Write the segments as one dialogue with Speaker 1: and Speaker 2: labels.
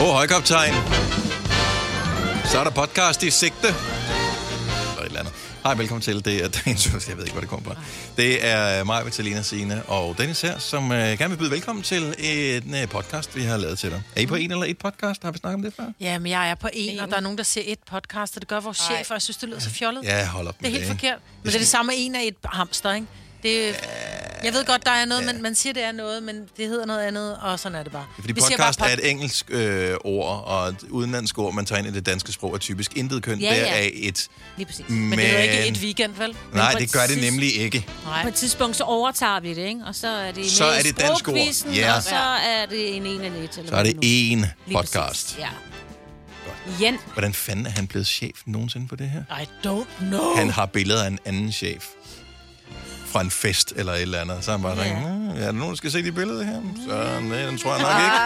Speaker 1: Åh, oh, højkoptegn. Så er der podcast i sigte. Eller et eller andet. Hej, velkommen til. Det er dagens udvalg. Jeg ved ikke, hvor det kommer fra. Det er mig, Vitalina Sine og Dennis her, som øh, gerne vil byde velkommen til en øh, podcast, vi har lavet til dig. Er I på en eller et podcast? Har vi snakket om det før?
Speaker 2: Ja, men jeg er på en, og der er nogen, der ser et podcast, og det gør vores chef, og jeg synes, det lyder så fjollet.
Speaker 1: Ja, hold op
Speaker 2: Det er
Speaker 1: med
Speaker 2: helt
Speaker 1: det, ikke?
Speaker 2: forkert. Men det er det samme, en af et hamster, ikke? Det, er- jeg ved godt, der er noget, men man siger, det er noget, men det hedder noget andet, og sådan er det bare.
Speaker 1: Fordi
Speaker 2: Vi siger
Speaker 1: podcast
Speaker 2: bare
Speaker 1: er et engelsk øh, ord, og et udenlandsk ord, man tager ind i det danske sprog, er typisk intet køn.
Speaker 3: Ja,
Speaker 1: Ja,
Speaker 3: ja.
Speaker 1: ja. Der er et...
Speaker 3: Lige præcis.
Speaker 2: Men det er jo ikke et weekend, vel?
Speaker 1: Nej,
Speaker 3: på
Speaker 1: det
Speaker 3: et
Speaker 1: gør det
Speaker 3: tids-
Speaker 1: nemlig ikke.
Speaker 3: På et tidspunkt, så overtager vi det, ikke? Og så er det
Speaker 1: Så
Speaker 3: med
Speaker 1: er
Speaker 3: i
Speaker 1: det et dansk ord.
Speaker 3: sprogquizzen,
Speaker 1: Ja.
Speaker 3: Og så er det en en eller
Speaker 1: Så er det én podcast.
Speaker 3: Ja. Igen.
Speaker 1: Hvordan fanden er han blevet chef nogensinde på det her?
Speaker 2: I don't know.
Speaker 1: Han har billeder af en anden chef fra en fest eller et eller andet. Så er han bare sådan, "Hm, ja. er der nogen, der skal se de billeder her? Så nej, den tror jeg nok ikke.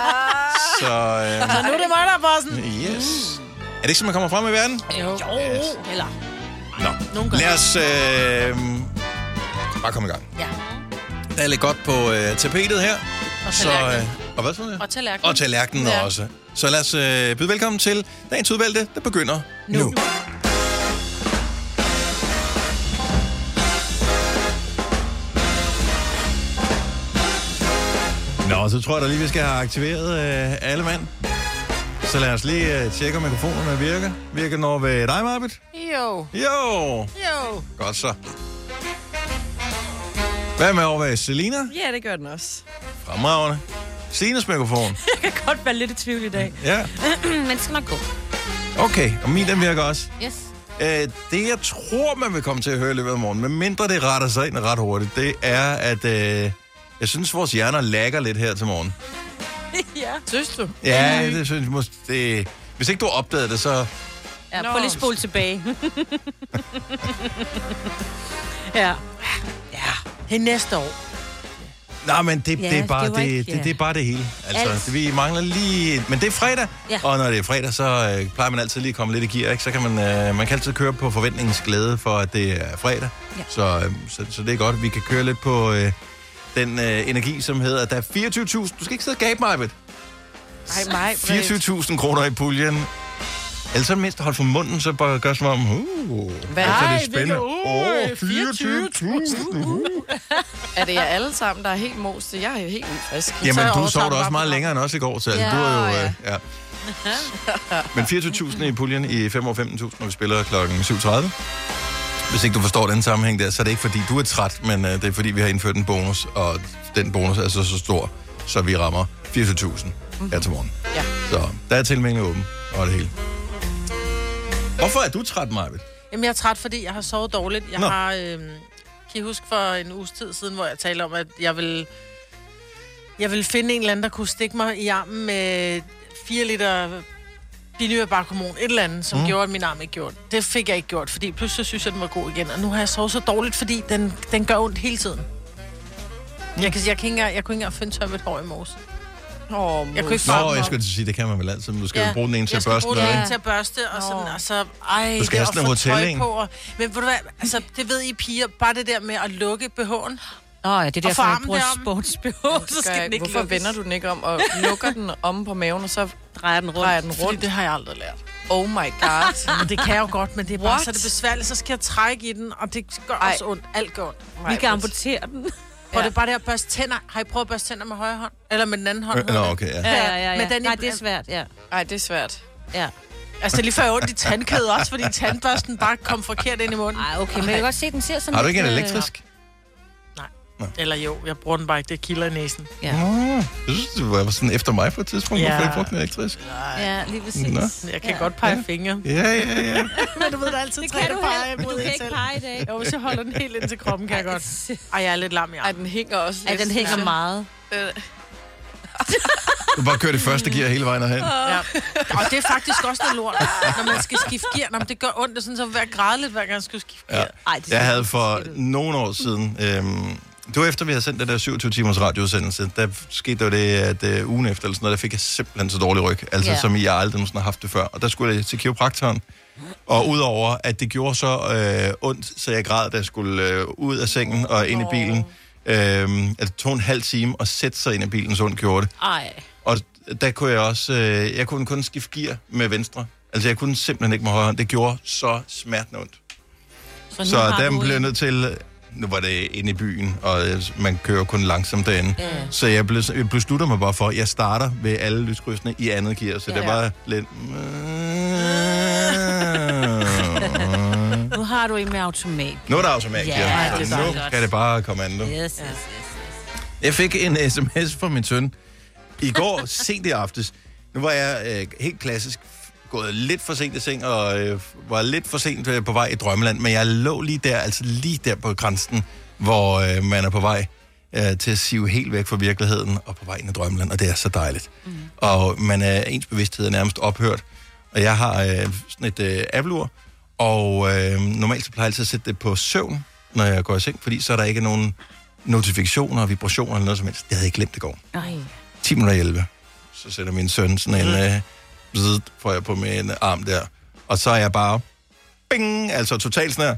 Speaker 1: Så
Speaker 2: Ah. Så nu er det mig, der er bossen.
Speaker 1: øh, yes. Er det ikke sådan, man kommer frem i verden?
Speaker 2: Jo.
Speaker 1: Yes.
Speaker 3: Eller,
Speaker 1: Nå,
Speaker 2: Nogle gange.
Speaker 1: lad os øh, bare komme i gang.
Speaker 2: Ja.
Speaker 1: Der er lidt godt på øh, tapetet her.
Speaker 2: Og
Speaker 1: Så,
Speaker 2: tallerkenen.
Speaker 1: øh, og hvad for det?
Speaker 2: Og tallerkenen.
Speaker 1: Og tallerkenen
Speaker 2: Ja.
Speaker 1: ja. også. Så lad os øh, byde velkommen til dagens udvalgte, der begynder nu. nu. Nå, så tror jeg da lige, vi skal have aktiveret øh, alle mand. Så lad os lige øh, tjekke, om mikrofonerne virker. Virker den over ved dig, Marbet?
Speaker 2: Jo.
Speaker 1: Jo!
Speaker 2: Jo.
Speaker 1: Godt så. Hvad med over ved Selina?
Speaker 4: Ja, det gør den også.
Speaker 1: Fremragende. Selinas mikrofon.
Speaker 4: Jeg kan godt være lidt i tvivl i dag.
Speaker 1: Ja,
Speaker 3: men det skal nok gå.
Speaker 1: okay. Og min, den virker også.
Speaker 3: Yes.
Speaker 1: Øh, det, jeg tror, man vil komme til at høre i løbet af morgenen, medmindre det retter sig ind ret hurtigt, det er, at øh, jeg synes, vores hjerner lagger lidt her til morgen.
Speaker 4: ja.
Speaker 2: Synes du?
Speaker 1: Ja, det synes jeg måske... Det, hvis ikke du har opdaget det, så...
Speaker 3: Ja,
Speaker 4: Nå.
Speaker 3: prøv lige at spole tilbage. ja.
Speaker 2: Ja. Det er næste år.
Speaker 1: Nej, men det,
Speaker 3: Ja,
Speaker 1: det, er, bare,
Speaker 3: det
Speaker 1: det,
Speaker 3: var ikke-
Speaker 1: det,
Speaker 3: ja.
Speaker 1: det, er bare det hele. Altså,
Speaker 3: Alt.
Speaker 1: det, vi mangler lige... Men det er fredag,
Speaker 3: Ja.
Speaker 1: og når det er fredag, så øh, plejer man altid lige at komme lidt i gear, ikke? Så kan man, øh, man kan altid køre på forventningens glæde for, at det er fredag.
Speaker 3: Ja.
Speaker 1: Så, øh, så, så det er godt, vi kan køre lidt på øh, den øh, energi, som hedder, at der er 24.000... Du skal ikke sidde og gabe mig, ved.
Speaker 4: Ej, mig.
Speaker 1: 24.000 kroner i puljen. Ellers så mindst hold for munden, så bare gør som om, uh,
Speaker 4: Hvad?
Speaker 1: altså, det
Speaker 4: Ej,
Speaker 1: er
Speaker 4: det
Speaker 1: spændende.
Speaker 4: kan- uh,
Speaker 1: Åh, 24.000, uh.
Speaker 4: Er det jer alle sammen, der er helt moste? Jeg er jo helt vildt frisk.
Speaker 1: Jamen,
Speaker 4: Så
Speaker 1: du
Speaker 4: overtager
Speaker 1: sov da også
Speaker 4: bare
Speaker 1: meget
Speaker 4: programmet.
Speaker 1: længere end os i går, så ja,
Speaker 3: Ja,
Speaker 1: du er jo...
Speaker 4: ja.
Speaker 1: Øh, ja. Men 24.000 i puljen i 5 år 15.000, når vi spiller kl. 7.30. Hvis ikke du forstår den sammenhæng der, så er det ikke fordi, du er træt, men øh, det er fordi, vi har indført en bonus, og den bonus er så, så stor, så vi rammer 24.000
Speaker 2: Mhm.
Speaker 1: her til morgen.
Speaker 4: Ja.
Speaker 1: Så der er tilmeldingen åben og det hele. Hvorfor er du træt, Marvitt?
Speaker 2: Jamen, jeg er træt, fordi jeg har sovet dårligt. Jeg
Speaker 1: Nå.
Speaker 2: Nå. har... Øh, kan I huske for en uges tid siden, hvor jeg talte om, at jeg vil, jeg vil finde en eller anden, der kunne stikke mig i armen med 4 liter billigere barkomon, et eller andet, som mm. gjorde, at min arm ikke gjorde det. Det fik jeg ikke gjort, fordi pludselig synes jeg, den var god igen. Og nu har jeg sovet så dårligt, fordi den, den gør ondt hele tiden. Mm. Jeg, kan, jeg, kan ikke, engang- jeg kunne ikke engang finde tør med et hår i morges.
Speaker 4: Åh, mos.
Speaker 2: Jeg kunne ikke
Speaker 1: Nå,
Speaker 2: Varmen
Speaker 1: jeg
Speaker 2: op.
Speaker 1: skulle til at sige, det kan man vel altid, men du skal jo bruge den ene til
Speaker 2: jeg
Speaker 1: at
Speaker 2: skal
Speaker 1: børste
Speaker 2: bruge
Speaker 1: med.
Speaker 2: den ene
Speaker 3: Ja.
Speaker 2: til at børste, og, sådan,
Speaker 4: Nå.
Speaker 2: og så... Ej,
Speaker 1: Du skal have
Speaker 2: det er
Speaker 1: sådan
Speaker 2: at
Speaker 1: en
Speaker 2: få tøj
Speaker 1: hotel,
Speaker 2: på. Og, men ved du hvad, altså, det ved I piger, bare det der med at lukke BH'en.
Speaker 3: Åh, oh, ja, det er derfor, jeg
Speaker 2: farmen
Speaker 3: bruger
Speaker 2: derom.
Speaker 3: sportsbehov, så
Speaker 4: Gør
Speaker 3: skal
Speaker 4: jeg
Speaker 3: den
Speaker 4: ikke.
Speaker 3: ikke
Speaker 4: Hvorfor
Speaker 3: lukkes.
Speaker 4: vender du den ikke om og lukker den om på maven, og så
Speaker 3: Drejer den rundt.
Speaker 4: drejer den
Speaker 2: Fordi
Speaker 4: rundt?
Speaker 2: det har jeg aldrig lært.
Speaker 4: Oh my god.
Speaker 2: Men det kan jeg jo godt, men det er bare
Speaker 4: What?
Speaker 2: så er det besværligt, så skal jeg trække i den, og det gør
Speaker 4: Ej.
Speaker 2: også ondt. Alt gør ondt.
Speaker 3: Vi kan amputere den.
Speaker 2: Og det er bare det at børste tænder. Har I prøvet at børste tænder med højre hånd? Eller med den anden hånd?
Speaker 1: Øh, Nå, okay, ja.
Speaker 3: Ja, ja, ja.
Speaker 2: Men den i-
Speaker 3: Nej, det er svært, ja.
Speaker 4: Nej, det er svært.
Speaker 3: ja.
Speaker 2: Altså, det er lige før jeg har ondt i tandkædet også, fordi tandbørsten bare kom forkert ind i munden.
Speaker 3: Ej, okay, men jeg kan godt se, den ser sådan
Speaker 1: Har du ikke en
Speaker 3: lidt, øh,
Speaker 1: elektrisk?
Speaker 2: Eller jo, jeg bruger den bare ikke. Det kilder i næsen.
Speaker 3: Ja,
Speaker 1: Jeg synes, det var sådan efter mig på et tidspunkt,
Speaker 2: Ja.
Speaker 1: ja. hvorfor jeg brugte den elektrisk.
Speaker 3: ja lige
Speaker 1: Nå.
Speaker 3: præcis.
Speaker 2: Jeg kan
Speaker 3: ja.
Speaker 2: godt pege fingre.
Speaker 1: Ja, ja, ja.
Speaker 2: Men du ved, der er altid
Speaker 3: Det
Speaker 2: tre,
Speaker 3: kan du
Speaker 2: der peger
Speaker 3: heller ikke. Du
Speaker 2: mod
Speaker 3: kan
Speaker 2: en
Speaker 3: ikke
Speaker 2: selv.
Speaker 3: pege i dag.
Speaker 2: Jo, hvis jeg holder den helt ind til kroppen, kan jeg godt. Ej, jeg er lidt lam i
Speaker 4: Ej,
Speaker 2: armen.
Speaker 4: den hænger også lidt.
Speaker 3: Ja, den hænger meget.
Speaker 4: Øh,
Speaker 1: Du bare kører det første gear hele vejen herhen.
Speaker 2: Ja. Og det er faktisk også noget lort, når man skal skifte gear. Når det gør ondt, og sådan, så vil jeg græde lidt, hver gang jeg skal skifte gear.
Speaker 1: Ja.
Speaker 2: Ja.
Speaker 3: Ej, det ser
Speaker 1: Jeg havde
Speaker 3: helt
Speaker 1: for
Speaker 3: skidt ud.
Speaker 1: nogle år siden, øhm, det var efter, vi havde sendt den der 27-timers radioudsendelse, der skete der det, at øh, ugen efter, eller sådan noget, der fik jeg simpelthen så dårlig ryg, altså
Speaker 3: Ja.
Speaker 1: yeah. som jeg aldrig nogensinde har haft det før. Og der skulle jeg til kiropraktoren, og udover, at det gjorde så øh, ondt, så jeg græd, da jeg skulle øh, ud af sengen og ind i bilen, Øhm, altså, det tog en halv time at sætte sig ind i bilens ond gjorde det.
Speaker 3: Ej.
Speaker 1: Og der kunne jeg også, øh, jeg kunne kun skifte gear med venstre. Altså, jeg kunne simpelthen ikke med højre hånd. Det gjorde så smertende ondt.
Speaker 3: nu
Speaker 1: Så
Speaker 3: har
Speaker 1: der
Speaker 3: du
Speaker 1: blev jeg
Speaker 3: en-
Speaker 1: nødt til... Nu var det inde i byen, og øh, man kører kun langsomt derinde.
Speaker 3: Ja, ja.
Speaker 1: Så jeg blev, jeg beslutter mig bare for, at jeg starter ved alle lyskrydsene i andet gear. Så
Speaker 3: Ja.
Speaker 1: ja. det var lidt... mm.
Speaker 3: Nu har du en med automat.
Speaker 1: Mm. Nu er der automatgear,
Speaker 3: Ja,
Speaker 1: ja,
Speaker 3: det
Speaker 1: så
Speaker 3: er
Speaker 1: nu
Speaker 3: godt.
Speaker 1: kan det bare komme andet.
Speaker 3: Yes, yes, yes.
Speaker 1: Jeg fik en sms fra min søn i går sent i aftes. Nu var jeg øh, helt klassisk f- gået lidt for sent i seng, og øh, var lidt for sent øh, på vej i drømmeland, men jeg lå lige der, altså lige der på grænsen, hvor øh, man er på vej øh, til at sive helt væk fra virkeligheden og på vej ind i drømmeland, og det er så dejligt. Mm. Og man er, ens bevidsthed er nærmest ophørt, og jeg har øh, sådan et øh, Apple-ur, og øh, normalt så plejer jeg altid at sætte det på søvn, når jeg går i seng, fordi så er der ikke nogen notifikationer og vibrationer eller noget som helst. Det havde jeg glemt i går.
Speaker 3: Ej.
Speaker 1: 10 minutter i 11. Så sætter min søn sådan en... Øh, bzzzt, får jeg på min arm der. Og så er jeg bare... Bing! Altså totalt sådan her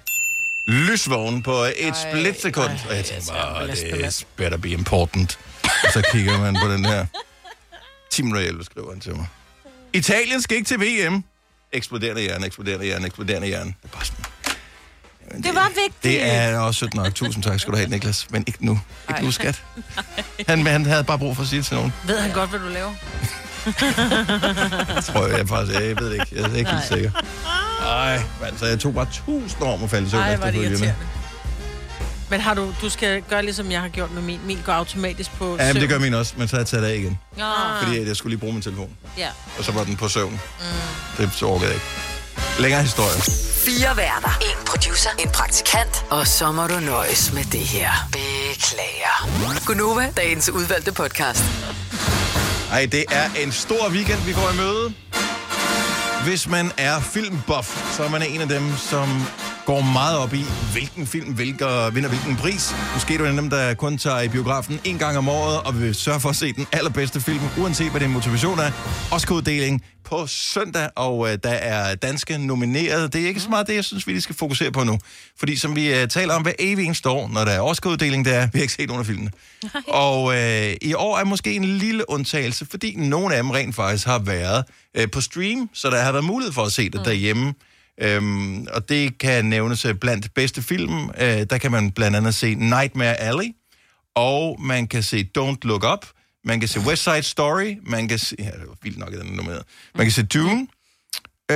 Speaker 1: lysvågen på et splitsekund. Og jeg tænker bare, det better be important. Og så kigger man på den her. 10 minutter i 11 skriver han til mig. Italien skal ikke til VM. Eksploderende hjerne, eksploderende hjerne, eksploderende hjerne. Det er bare sådan, Jamen,
Speaker 3: Det var vigtigt.
Speaker 1: Det er også sødt nok. Tusind tak skal du have, Niklas. Men ikke nu. Ikke nu, skat. Han, han havde bare brug for at sige det til nogen.
Speaker 2: Ved han godt, hvad du laver?
Speaker 1: Tror jeg, jeg faktisk. Jeg ved det ikke. Jeg er ikke helt sikker. Ej, mand, så jeg tog bare tusind år om at falde i søvn
Speaker 2: Nej, var det
Speaker 1: efterfølgende.
Speaker 2: irriterende. Men har du, du skal gøre ligesom jeg har gjort med min. Min går automatisk på
Speaker 1: Ja, men
Speaker 2: søvn.
Speaker 1: det gør min også, men så har jeg taget det af igen.
Speaker 3: Nå,
Speaker 1: Fordi at jeg skulle lige bruge min telefon.
Speaker 3: ja.
Speaker 1: Og så var den på søvn.
Speaker 2: Mm.
Speaker 1: Det så orkede jeg ikke. Længere historie.
Speaker 5: Fire værter. En producer. En praktikant. Og så må du nøjes med det her. Beklager. Gunova, dagens udvalgte podcast.
Speaker 1: Ej, det er en stor weekend, vi går i møde. Hvis man er filmbuff, så er man en af dem, som går meget op i, hvilken film hvilker, vinder hvilken pris. Måske er du en af dem, der kun tager i biografen en gang om året, og vil sørge for at se den allerbedste film, uanset hvad din motivation er. Oscar-uddeling på søndag, og øh, der er danske nomineret. Det er ikke så meget det, jeg synes, vi lige skal fokusere på nu. Fordi som vi øh, taler om hver evig eneste år, når der er Oscar-uddeling, det er, vi har ikke set nogen af filmene. Og øh, i år er måske en lille undtagelse, fordi nogle af dem rent faktisk har været øh, på stream, så der har været mulighed for at se det mm. derhjemme. Øhm, og det kan nævnes øh, blandt bedste film. Øh, der kan man blandt andet se Nightmare Alley, og man kan se Don't Look Up, man kan se West Side Story, man kan se... Ja, det var vildt nok, at den er nomineret. Man kan se Dune.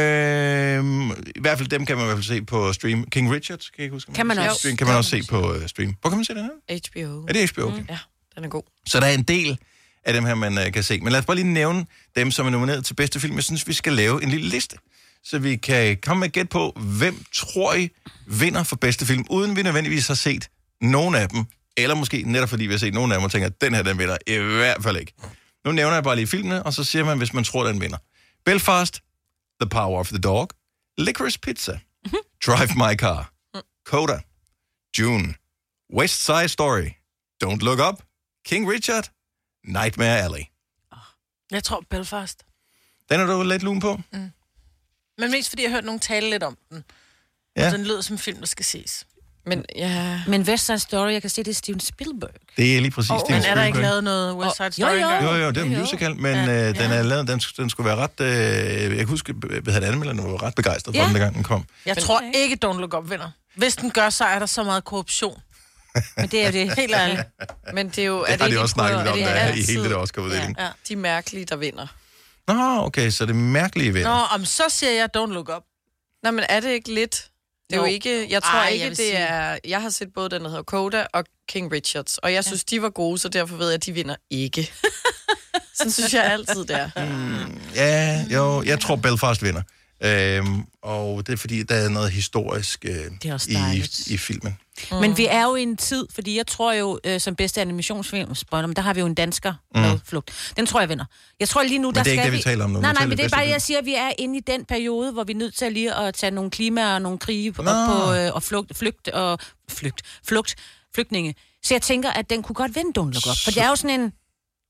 Speaker 1: Øhm, I hvert fald dem kan man i hvert fald se på stream. King Richard, kan jeg ikke huske. om
Speaker 3: Kan man
Speaker 1: se på
Speaker 3: også.
Speaker 1: Stream. Kan man også se på øh, stream. Hvor kan man se den her?
Speaker 4: HBO.
Speaker 1: Er det HBO? Okay.
Speaker 4: Ja, den er god.
Speaker 1: Så der er en del af dem her, man øh, kan se. Men lad os bare lige nævne dem, som er nomineret til bedste film. Jeg synes, vi skal lave en lille liste, så vi kan komme med et gæt på, hvem tror I vinder for bedste film, uden vi nødvendigvis har set nogen af dem, eller måske netop fordi vi har set nogen af dem og tænker, at den her, den vinder i hvert fald ikke. Nu nævner jeg bare lige filmene, og så siger man, hvis man tror, den vinder. Belfast, The Power of the Dog, Licorice Pizza, Drive My Car, Coda, June, West Side Story, Don't Look Up, King Richard, Nightmare Alley.
Speaker 2: Jeg tror Belfast.
Speaker 1: Den er du lidt lun på.
Speaker 2: Men mest fordi jeg hørte nogen tale lidt om den.
Speaker 1: Ja.
Speaker 2: Ja. Den lød som en film, der skal ses.
Speaker 4: Men ja...
Speaker 3: Men West Side Story, jeg kan se, det er Steven Spielberg.
Speaker 1: Det er lige præcis oh, det.
Speaker 2: Men er der
Speaker 1: Spielberg.
Speaker 2: ikke lavet noget West Side Story?
Speaker 3: jo, jo.
Speaker 2: engang?
Speaker 1: Jo, jo, det er en musical, men ja, øh, den, er lavet, den, den skulle være ret... Øh, jeg kan huske, at han anmelderne var ret begejstret for
Speaker 3: Ja.
Speaker 1: den, dengang den kom.
Speaker 2: Jeg tror ikke, Don't Look Up vinder. Hvis den gør, så er der så meget korruption.
Speaker 3: Men det er jo det.
Speaker 2: Helt ærligt.
Speaker 4: Men det er jo...
Speaker 1: Det har de også snakket lidt om,
Speaker 4: det
Speaker 1: der er i
Speaker 4: altid
Speaker 1: hele det der Oscar-uddeling. Ja,
Speaker 2: Ja,
Speaker 4: De mærkelige, der vinder.
Speaker 1: ja. Nå, okay, så det mærkelige ved
Speaker 2: Nå, om så siger jeg Don't Look Up.
Speaker 4: Nej, men er det ikke lidt? Det er jo
Speaker 2: Jo.
Speaker 4: ikke... Jeg tror
Speaker 2: Ej,
Speaker 4: Ej,
Speaker 2: jeg
Speaker 4: ikke,
Speaker 2: vil
Speaker 4: det
Speaker 2: sige-
Speaker 4: er... Jeg har set både den, der hedder Coda og King Richards, og jeg synes, de var gode, så derfor ved jeg, at de vinder ikke. Sådan synes jeg altid, det er.
Speaker 1: Mm. Ja, jo, jeg tror Belfast vinder. Øhm, og det er fordi, der er noget historisk øh,
Speaker 3: er også
Speaker 1: i,
Speaker 3: dejligt.
Speaker 1: i filmen.
Speaker 3: Men vi er jo i en tid, fordi jeg tror jo, øh, som bedste animationsfilm, spoiler, men der har vi jo en dansker mm. med flugt. Den tror jeg vinder. Jeg tror lige nu, der
Speaker 1: det er
Speaker 3: skal
Speaker 1: ikke det,
Speaker 3: vi...
Speaker 1: vi taler om nu. Vi
Speaker 3: Nej, nej,
Speaker 1: taler
Speaker 3: men det er
Speaker 1: bedste
Speaker 3: bare,
Speaker 1: film.
Speaker 3: jeg siger, at vi er inde i den periode, hvor vi er nødt til lige at tage nogle klima og nogle krige på,
Speaker 1: Nå.
Speaker 3: op på øh, og flugt, flygt og flygt, flugt, flygtninge. Så jeg tænker, at den kunne godt vinde Don't Look Up, for det er jo sådan en...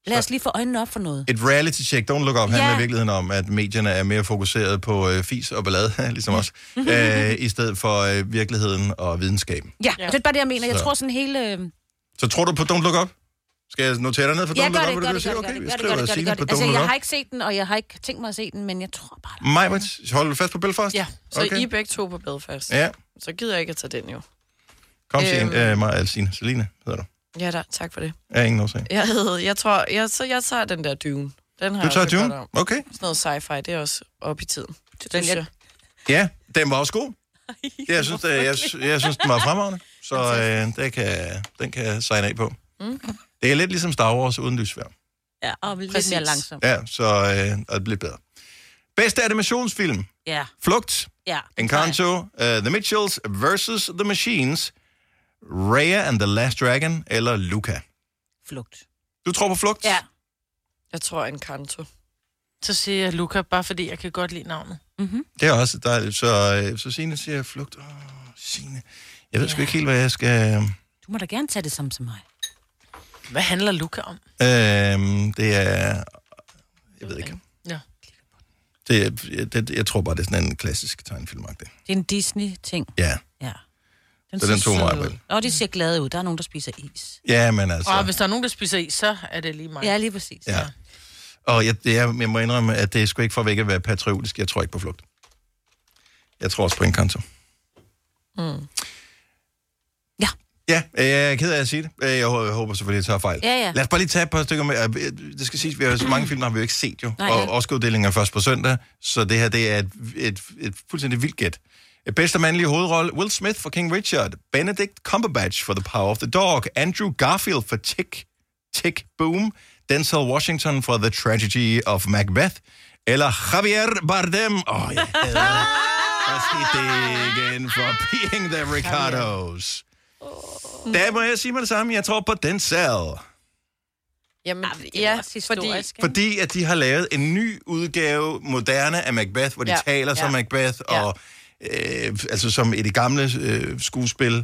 Speaker 3: Lad os lige få øjnene op for noget.
Speaker 1: Et reality-check, Don't Look Up, handler
Speaker 3: Ja.
Speaker 1: i virkeligheden om, at medierne er mere fokuseret på øh, fis og ballade, ligesom os, øh, i stedet for øh, virkeligheden og videnskaben.
Speaker 3: Ja, det er bare det, jeg mener. Jeg
Speaker 1: Så.
Speaker 3: tror sådan hele... øh,
Speaker 1: Så tror du på Don't Look Up? Skal jeg notere dig ned for
Speaker 3: Ja,
Speaker 1: Don't
Speaker 3: gør
Speaker 1: Look
Speaker 3: det,
Speaker 1: Up? vil
Speaker 3: gør
Speaker 1: du
Speaker 3: det, gør
Speaker 1: sige?
Speaker 3: det, gør
Speaker 1: Okay,
Speaker 3: det, gør
Speaker 1: vi
Speaker 3: det, gør
Speaker 1: skriver
Speaker 3: det, gør det,
Speaker 1: Signe
Speaker 3: gør
Speaker 1: på
Speaker 3: det. Altså,
Speaker 1: Don't Look
Speaker 3: jeg
Speaker 1: Up.
Speaker 3: har ikke set den, og jeg har ikke tænkt mig at se den, men jeg tror bare...
Speaker 1: Majbrit, hold du fast på Belfast?
Speaker 4: Ja, så
Speaker 1: Okay.
Speaker 4: okay. I er begge to på Belfast.
Speaker 1: Ja,
Speaker 4: Så gider jeg ikke at tage den jo.
Speaker 1: kom til en.
Speaker 4: Øhm.
Speaker 1: Øh, mig, Alcine. Selina hedder du.
Speaker 4: Ja, da, tak for det.
Speaker 1: Ja, ingen årsag.
Speaker 3: Øh.
Speaker 4: Jeg, hedder, jeg tror, jeg, så jeg tager den der Dune. Den har
Speaker 1: Du
Speaker 4: jeg
Speaker 1: tager
Speaker 4: det godt
Speaker 1: Dune?
Speaker 4: om.
Speaker 1: Okay.
Speaker 4: Sådan noget sci-fi, det er også op i tiden. Det
Speaker 3: den
Speaker 4: synes
Speaker 3: jeg-
Speaker 4: jeg.
Speaker 1: Ja, den var også god. Jeg synes, det, jeg, sy- jeg synes den var fremragende, så øh, det kan, den kan jeg signe af på. Det er lidt ligesom Star Wars uden lysvær.
Speaker 3: Ja, og lidt
Speaker 4: Præcis.
Speaker 3: mere langsomt.
Speaker 1: Ja, så øh, og det bliver bedre. Bedste animationsfilm.
Speaker 3: Ja,
Speaker 1: Flugt,
Speaker 3: ja.
Speaker 1: Encanto, uh, The Mitchells versus The Machines, Raya and the Last Dragon eller Luca.
Speaker 3: Flugt.
Speaker 1: Du tror på Flugt?
Speaker 3: Ja.
Speaker 4: Jeg tror en kanto.
Speaker 2: Så siger jeg Luca, bare fordi jeg kan godt lide navnet.
Speaker 3: Mhm.
Speaker 1: Det er også dejligt. Så, øh, så Signe siger Flugt. Åh, Signe. Jeg ved sgu ikke helt, hvad jeg skal... øhm,
Speaker 3: Du må da gerne tage det samme som mig.
Speaker 2: Hvad handler Luca om?
Speaker 1: Øhm, det er... Jeg ved ikke.
Speaker 2: Ja.
Speaker 1: Det, er- det, jeg tror bare, det er sådan en klassisk tegnfilmagtig.
Speaker 3: Det er en Disney-ting.
Speaker 1: Ja.
Speaker 3: Ja. Den
Speaker 1: Så den tog mig,
Speaker 3: ud.
Speaker 1: vel?
Speaker 3: øh, Nå, de ser glade ud. Der er nogen, der spiser is.
Speaker 1: Ja, men altså...
Speaker 2: Og hvis der er nogen, der spiser is, så er det lige mig.
Speaker 3: Ja, lige præcis.
Speaker 1: Ja. Og jeg, det er, jeg må indrømme, at det er sgu ikke for at vække at være patriotisk. Jeg tror ikke på flugt. Jeg tror også på Encanto.
Speaker 4: Mm.
Speaker 3: Ja.
Speaker 1: Ja, øh, jeg er ked af at sige det. Øh, Jeg hå- jeg håber selvfølgelig, at jeg tager fejl.
Speaker 3: Ja, ja.
Speaker 1: Lad os bare lige tage et par stykker med. Øh, Det skal siges, vi har så mange film, der har vi jo ikke set jo.
Speaker 3: Nej,
Speaker 1: og
Speaker 3: ja.
Speaker 1: Oscar-uddelingen er først på søndag, så det her det er et, et, et fuldstændig vildt gæt. Øh, Bedste mandlige hovedrolle, Will Smith for King Richard, Benedict Cumberbatch for The Power of the Dog, Andrew Garfield for Tick, Tick Boom, Denzel Washington for The Tragedy of Macbeth, eller Javier Bardem. Åh, oh, jeg hader det. Hvad skete det igen for Being the Ricardos? Der må jeg sige med det samme. Jeg tror på den selv.
Speaker 4: Jamen,
Speaker 3: Ah, det er jo
Speaker 4: ja,
Speaker 3: også
Speaker 4: fordi
Speaker 3: historisk, ikke?
Speaker 1: Fordi at de har lavet en ny udgave, moderne af Macbeth, hvor de ja.
Speaker 4: Ja,
Speaker 1: taler som
Speaker 4: ja.
Speaker 1: Macbeth,
Speaker 4: Ja.
Speaker 1: og øh, altså som i det gamle øh, skuespil.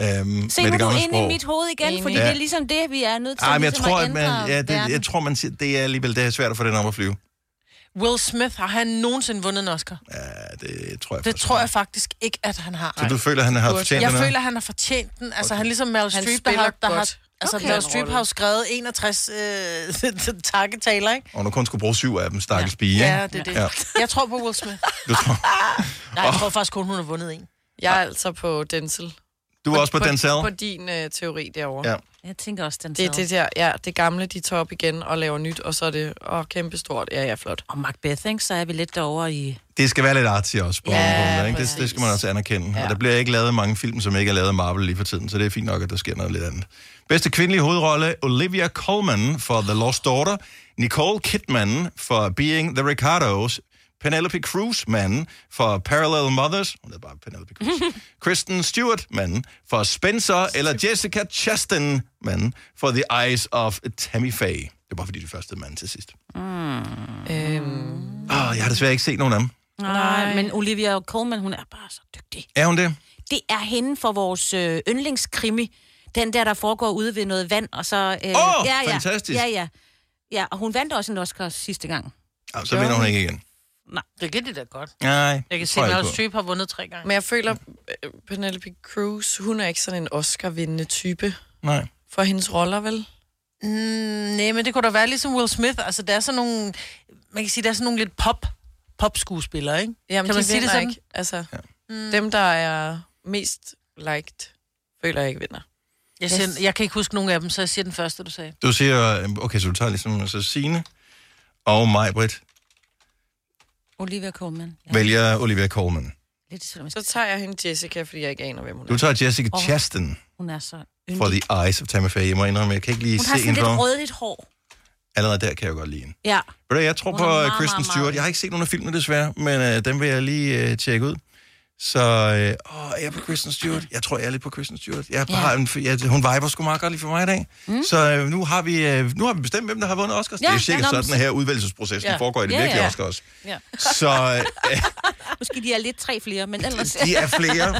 Speaker 1: Øh,
Speaker 3: Se,
Speaker 1: med
Speaker 3: nu
Speaker 1: det
Speaker 3: er du inde
Speaker 1: gamle
Speaker 3: i
Speaker 1: sprog.
Speaker 3: mit hoved igen,
Speaker 4: Enig.
Speaker 3: fordi
Speaker 1: Ja.
Speaker 3: det er ligesom det, vi er nødt til
Speaker 1: Ej, men jeg
Speaker 3: ligesom
Speaker 1: tror,
Speaker 3: at
Speaker 1: at
Speaker 3: ændre
Speaker 1: man, ja, det, jeg tror, man siger, det er alligevel det er svært at få den op at flyve.
Speaker 2: Will Smith, har han nogensinde vundet en Oscar?
Speaker 1: Ja, det tror jeg
Speaker 2: Det
Speaker 1: faktisk.
Speaker 2: tror jeg faktisk ikke, at han har.
Speaker 1: Så du føler, han har fortjent
Speaker 2: Jeg
Speaker 1: den her?
Speaker 2: føler, han har fortjent den. Altså, okay. han er ligesom
Speaker 4: Han
Speaker 2: Meryl Streep, der har...
Speaker 4: spiller
Speaker 2: Der har
Speaker 4: godt.
Speaker 2: altså,
Speaker 4: Okay.
Speaker 2: Meryl Streep har jo skrevet 61 øh, takketaler, ikke?
Speaker 1: Og nu kun skulle bruge syv af dem, stakkels pige, ikke?
Speaker 2: Ja, det er det.
Speaker 1: Ja.
Speaker 2: Jeg tror på Will Smith.
Speaker 1: Du, tror,
Speaker 2: Nej, jeg tror faktisk kun, hun har vundet en.
Speaker 4: jeg er altså på Denzel.
Speaker 1: du er også på, den
Speaker 4: På
Speaker 1: selv.
Speaker 4: din øh, teori derovre.
Speaker 1: Ja.
Speaker 4: Ja.
Speaker 3: Jeg tænker også, den
Speaker 4: Det er
Speaker 3: sad.
Speaker 4: det der, ja, det gamle, de tager op igen og laver nyt, og så er det åh, kæmpestort. Ja, ja, flot.
Speaker 3: Og Macbeth, ikke? så er vi lidt derovre i...
Speaker 1: Det skal være lidt artsy også på
Speaker 4: Ja,
Speaker 1: ja, ikke? Det,
Speaker 4: præcis.
Speaker 1: det skal man også anerkende. Ja. Og
Speaker 4: Ja.
Speaker 1: der bliver ikke lavet mange film, som ikke er lavet af Marvel lige for tiden, så det er fint nok, at der sker noget lidt andet. Bedste kvindelige hovedrolle, Olivia Colman for The Lost Daughter, Nicole Kidman for Being the Ricardos, Penelope Cruz, manden, for Parallel Mothers, hun hedder bare Penelope Cruz, Kristen Stewart, manden, for Spencer, eller Jessica Chastain, manden, for The Eyes of Tammy Faye. Det er bare fordi, de første mand til sidst.
Speaker 3: Mm.
Speaker 4: Øhm,
Speaker 1: Åh, jeg har desværre ikke set nogen af dem.
Speaker 3: Nej, men Olivia Colman, hun er bare så dygtig.
Speaker 1: Er hun det?
Speaker 3: Det er hende for vores øh, yndlingskrimi. Den der, der foregår ude ved noget vand, og så... Øh,
Speaker 1: Åh,
Speaker 3: ja, ja,
Speaker 1: fantastisk.
Speaker 3: Ja, ja. Ja, og hun vandt også en Oscar sidste gang.
Speaker 1: Ah, så vinder hun ikke igen.
Speaker 2: Det kan det da godt.
Speaker 1: Nej,
Speaker 2: Jeg kan
Speaker 1: det
Speaker 2: se,
Speaker 1: tror
Speaker 2: at
Speaker 1: jeg
Speaker 2: Meryl
Speaker 1: ikke på.
Speaker 2: Streep har vundet tre gange.
Speaker 4: men jeg føler, øh, Penelope Cruz, hun er ikke sådan en Oscar-vindende type
Speaker 1: Nej.
Speaker 4: for hendes roller, vel?
Speaker 2: Mm, nej, men det kunne da være ligesom Will Smith. Altså, der er sådan nogle... Man kan sige, der er sådan nogle lidt pop popskuespillere, ikke?
Speaker 4: Jamen,
Speaker 2: Kan
Speaker 4: de
Speaker 2: man sige det
Speaker 4: vinder
Speaker 2: sådan?
Speaker 4: Ikke. Altså, ja. dem, der er mest liked, føler jeg ikke vinder.
Speaker 2: Jeg, siger, yes. jeg kan ikke huske nogen af dem, så jeg siger den første, du sagde.
Speaker 1: Du siger, øhm, okay, så du tager ligesom så Signe og mig, Britt,
Speaker 3: Olivia Colman. Ja,
Speaker 1: ja. vælger Olivia Colman.
Speaker 3: lidt selvom
Speaker 4: Så tager jeg hende Jessica, fordi jeg ikke aner, hvem hun
Speaker 1: Du
Speaker 4: er.
Speaker 1: tager Jessica
Speaker 3: Åh.
Speaker 1: Chastain
Speaker 3: hun er så yndig.
Speaker 1: for The Eyes of Tammy Faye. Jeg må indrømme, jeg kan ikke lige
Speaker 3: Hun har
Speaker 1: se
Speaker 3: sådan
Speaker 1: hende
Speaker 3: lidt
Speaker 1: for.
Speaker 3: rødligt hår.
Speaker 1: Allerede der kan jeg godt lide hende.
Speaker 3: Ja.
Speaker 1: Ved du, hvad, jeg tror
Speaker 3: Hun
Speaker 1: på
Speaker 3: er meget,
Speaker 1: meget, Kristen
Speaker 3: meget,
Speaker 1: Stewart.
Speaker 3: meget-
Speaker 1: Jeg har ikke set nogen af filmene desværre, men øh, dem vil jeg lige øh, tjekke ud. Så øh, åh, er jeg på Kristen Stewart? Jeg tror, jeg er lidt på Kristen Stewart. Jeg har en, jeg, hun viber sgu meget godt lige for mig i dag. Mm. Så øh, nu, har vi, øh, nu har vi bestemt, hvem der har vundet Oscars.
Speaker 3: Ja,
Speaker 1: det er
Speaker 3: ja,
Speaker 1: cirka
Speaker 3: nå, men
Speaker 1: sådan, at her udvælgelsesprocessen
Speaker 4: Ja.
Speaker 1: foregår i det
Speaker 3: Ja,
Speaker 1: virkelige
Speaker 3: ja.
Speaker 1: Oscars.
Speaker 4: Ja.
Speaker 1: Så øh,
Speaker 3: Måske de er lidt tre flere, men ellers...
Speaker 1: de er flere.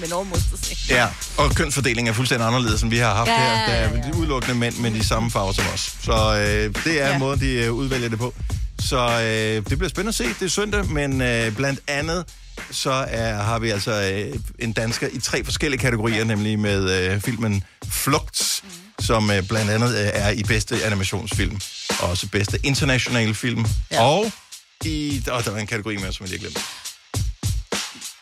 Speaker 3: men almost the same.
Speaker 1: Ja, og kønsfordelingen er fuldstændig anderledes, end vi har haft ja,
Speaker 3: Ja,
Speaker 1: her. Der er
Speaker 3: ja, ja.
Speaker 1: ja. udelukkende mænd med de samme farver som os. Så øh, det er ja.
Speaker 4: Ja.
Speaker 1: måden, de øh, udvælger det på. Så øh, det bliver spændende at se. Det er søndag, men øh, blandt andet så er, har vi altså øh, en dansker i tre forskellige kategorier, nemlig med øh, filmen Flugt, som øh, blandt andet øh, er i bedste animationsfilm, og også bedste internationale film, ja. og i... Og der var en kategori mere, som jeg lige glemte.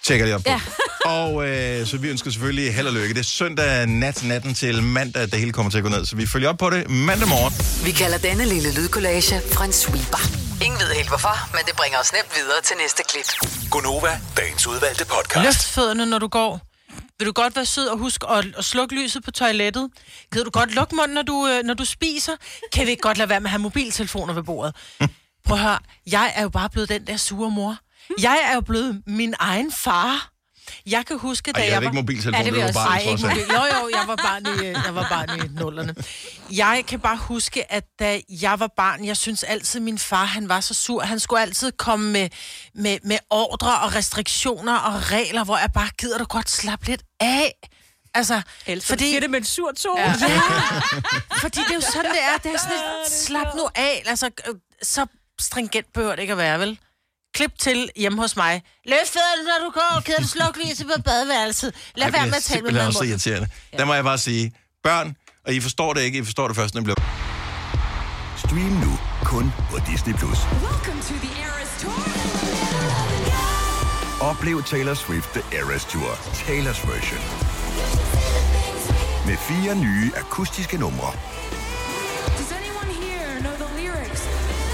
Speaker 1: Tjekker det op på. Ja. og øh, så vi ønsker selvfølgelig held og lykke. Det er søndag nat, natten til mandag, at det hele kommer til at gå ned, så vi følger op på det mandag morgen.
Speaker 5: Vi kalder denne lille lydkollage Frans sweeper. Ingen ved helt hvorfor, men det bringer os nemt videre til næste klip.
Speaker 6: Gunova, dagens udvalgte podcast.
Speaker 2: Løft fødderne, når du går. Vil du godt være sød og huske at, at slukke lyset på toilettet? Gider du godt lukke munden, når du, øh, når du spiser? Kan vi ikke godt lade være med at have mobiltelefoner ved bordet? Prøv at høre, jeg er jo bare blevet den der sure mor. Jeg er jo blevet min egen far. Jeg kan huske, da
Speaker 1: Ej, jeg havde
Speaker 2: var...
Speaker 1: ikke mobiltelefon,
Speaker 2: Ja,
Speaker 1: det var
Speaker 2: vil jeg
Speaker 1: barn,
Speaker 2: også sige.
Speaker 1: trods
Speaker 2: Ej,
Speaker 1: alt.
Speaker 2: ikke mobil- Jo, jo, jeg var barn i, øh, jeg var barn i nullerne. Jeg kan bare huske, at da jeg var barn, jeg synes altid, min far, han var så sur. Han skulle altid komme med, med, med ordre og restriktioner og regler, hvor jeg bare gider du godt slappe lidt af. Altså,
Speaker 3: Elsker, fordi... Siger det med en sur tone. Ja.
Speaker 2: Ja. Fordi det er jo sådan, det er. Det er sådan et, slap nu af. Altså, øh, så stringent behøver det ikke at være, vel? Klip til hjemme hos mig. Løft fødderne, når du går. Keder du sluk lyset på badeværelset. Lad være
Speaker 1: det
Speaker 2: med
Speaker 1: er
Speaker 2: at tale med
Speaker 1: simpelthen
Speaker 2: mig.
Speaker 1: også så irriterende. Der må jeg bare sige, børn, og I forstår det ikke, I forstår det først, når I bliver...
Speaker 6: Stream nu kun på Disney+. Plus. Oplev Taylor Swift The Eras Tour, Taylor's version. Med fire nye akustiske numre.
Speaker 7: Does anyone here know the lyrics?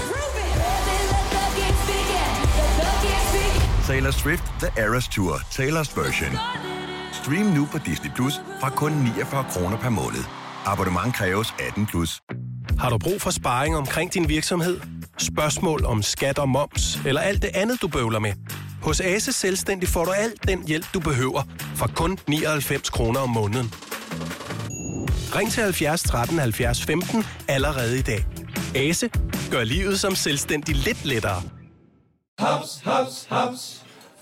Speaker 7: Prove it! let the games begin. Let the games begin.
Speaker 6: Taylor Swift The Eras Tour, Taylor's version. Stream nu på Disney Plus fra kun 49 kroner per måned. Abonnement kræves 18 plus.
Speaker 8: Har du brug for sparring omkring din virksomhed? Spørgsmål om skat og moms, eller alt det andet, du bøvler med? Hos Ase Selvstændig får du alt den hjælp, du behøver, for kun 99 kroner om måneden. Ring til 70 13 70 15 allerede i dag. Ase gør livet som selvstændig lidt lettere.
Speaker 9: Haps, haps, haps.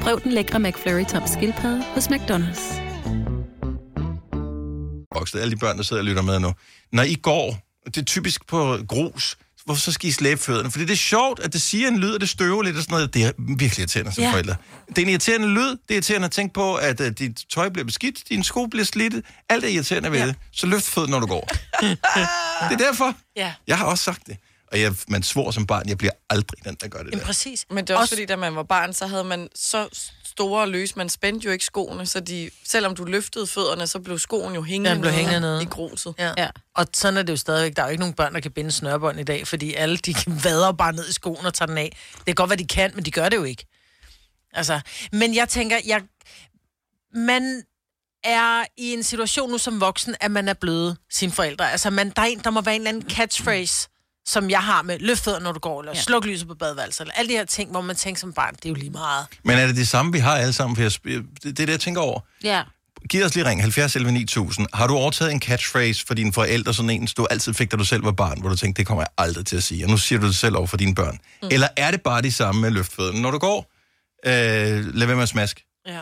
Speaker 10: Prøv den lækre McFlurry tom skildpadde hos McDonald's.
Speaker 1: voksne, alle de børn, der sidder og lytter med nu. Når I går, og det er typisk på grus, hvorfor så skal I slæbe fødderne? Fordi det er sjovt, at det siger en lyd, og det støver lidt og sådan noget. Det er virkelig irriterende som
Speaker 2: Ja.
Speaker 1: ja. forældre. Det er en irriterende lyd. Det er irriterende at tænke på, at uh, dit tøj bliver beskidt, dine sko bliver slidt. Alt er irriterende ved ja. det. Så løft fødderne, når du går. det er derfor.
Speaker 2: Ja.
Speaker 1: Jeg har også sagt det. Og jeg, man svor som barn, jeg bliver aldrig den, der gør det der.
Speaker 2: Jamen, præcis.
Speaker 4: Men det er også, også fordi, da man var barn, så havde man så store løs. Man spændte jo ikke skoene, så de, selvom du løftede fødderne, så blev skoen jo hængende,
Speaker 2: Ja, den blev hængende
Speaker 4: nede
Speaker 2: nede.
Speaker 4: i gruset.
Speaker 2: Ja. ja. Og sådan er det jo stadigvæk. Der er jo ikke nogen børn, der kan binde snørbånd i dag, fordi alle de vader bare ned i skoen og tager den af. Det kan godt være, de kan, men de gør det jo ikke. Altså, men jeg tænker, jeg, man er i en situation nu som voksen, at man er blevet sine forældre. Altså, man, der, er en, der må være en eller anden catchphrase, som jeg har med løft fødderne, når du går, eller ja. sluk lyset på badeværelset, eller alle de her ting, hvor man tænker som barn, det er jo lige meget.
Speaker 1: Men er det det samme, vi har alle sammen? For jeg, sp- det, det er det, jeg tænker over.
Speaker 3: ja.
Speaker 1: Giv os lige ring, 70 11 9000. Har du overtaget en catchphrase for dine forældre, sådan en, du altid fik, da du selv var barn, hvor du tænkte, det kommer jeg aldrig til at sige, og nu siger du det selv over for dine børn? Mm. Eller er det bare det samme med løftfødderne? Når du går, øh, lad være med at smask.
Speaker 2: Ja.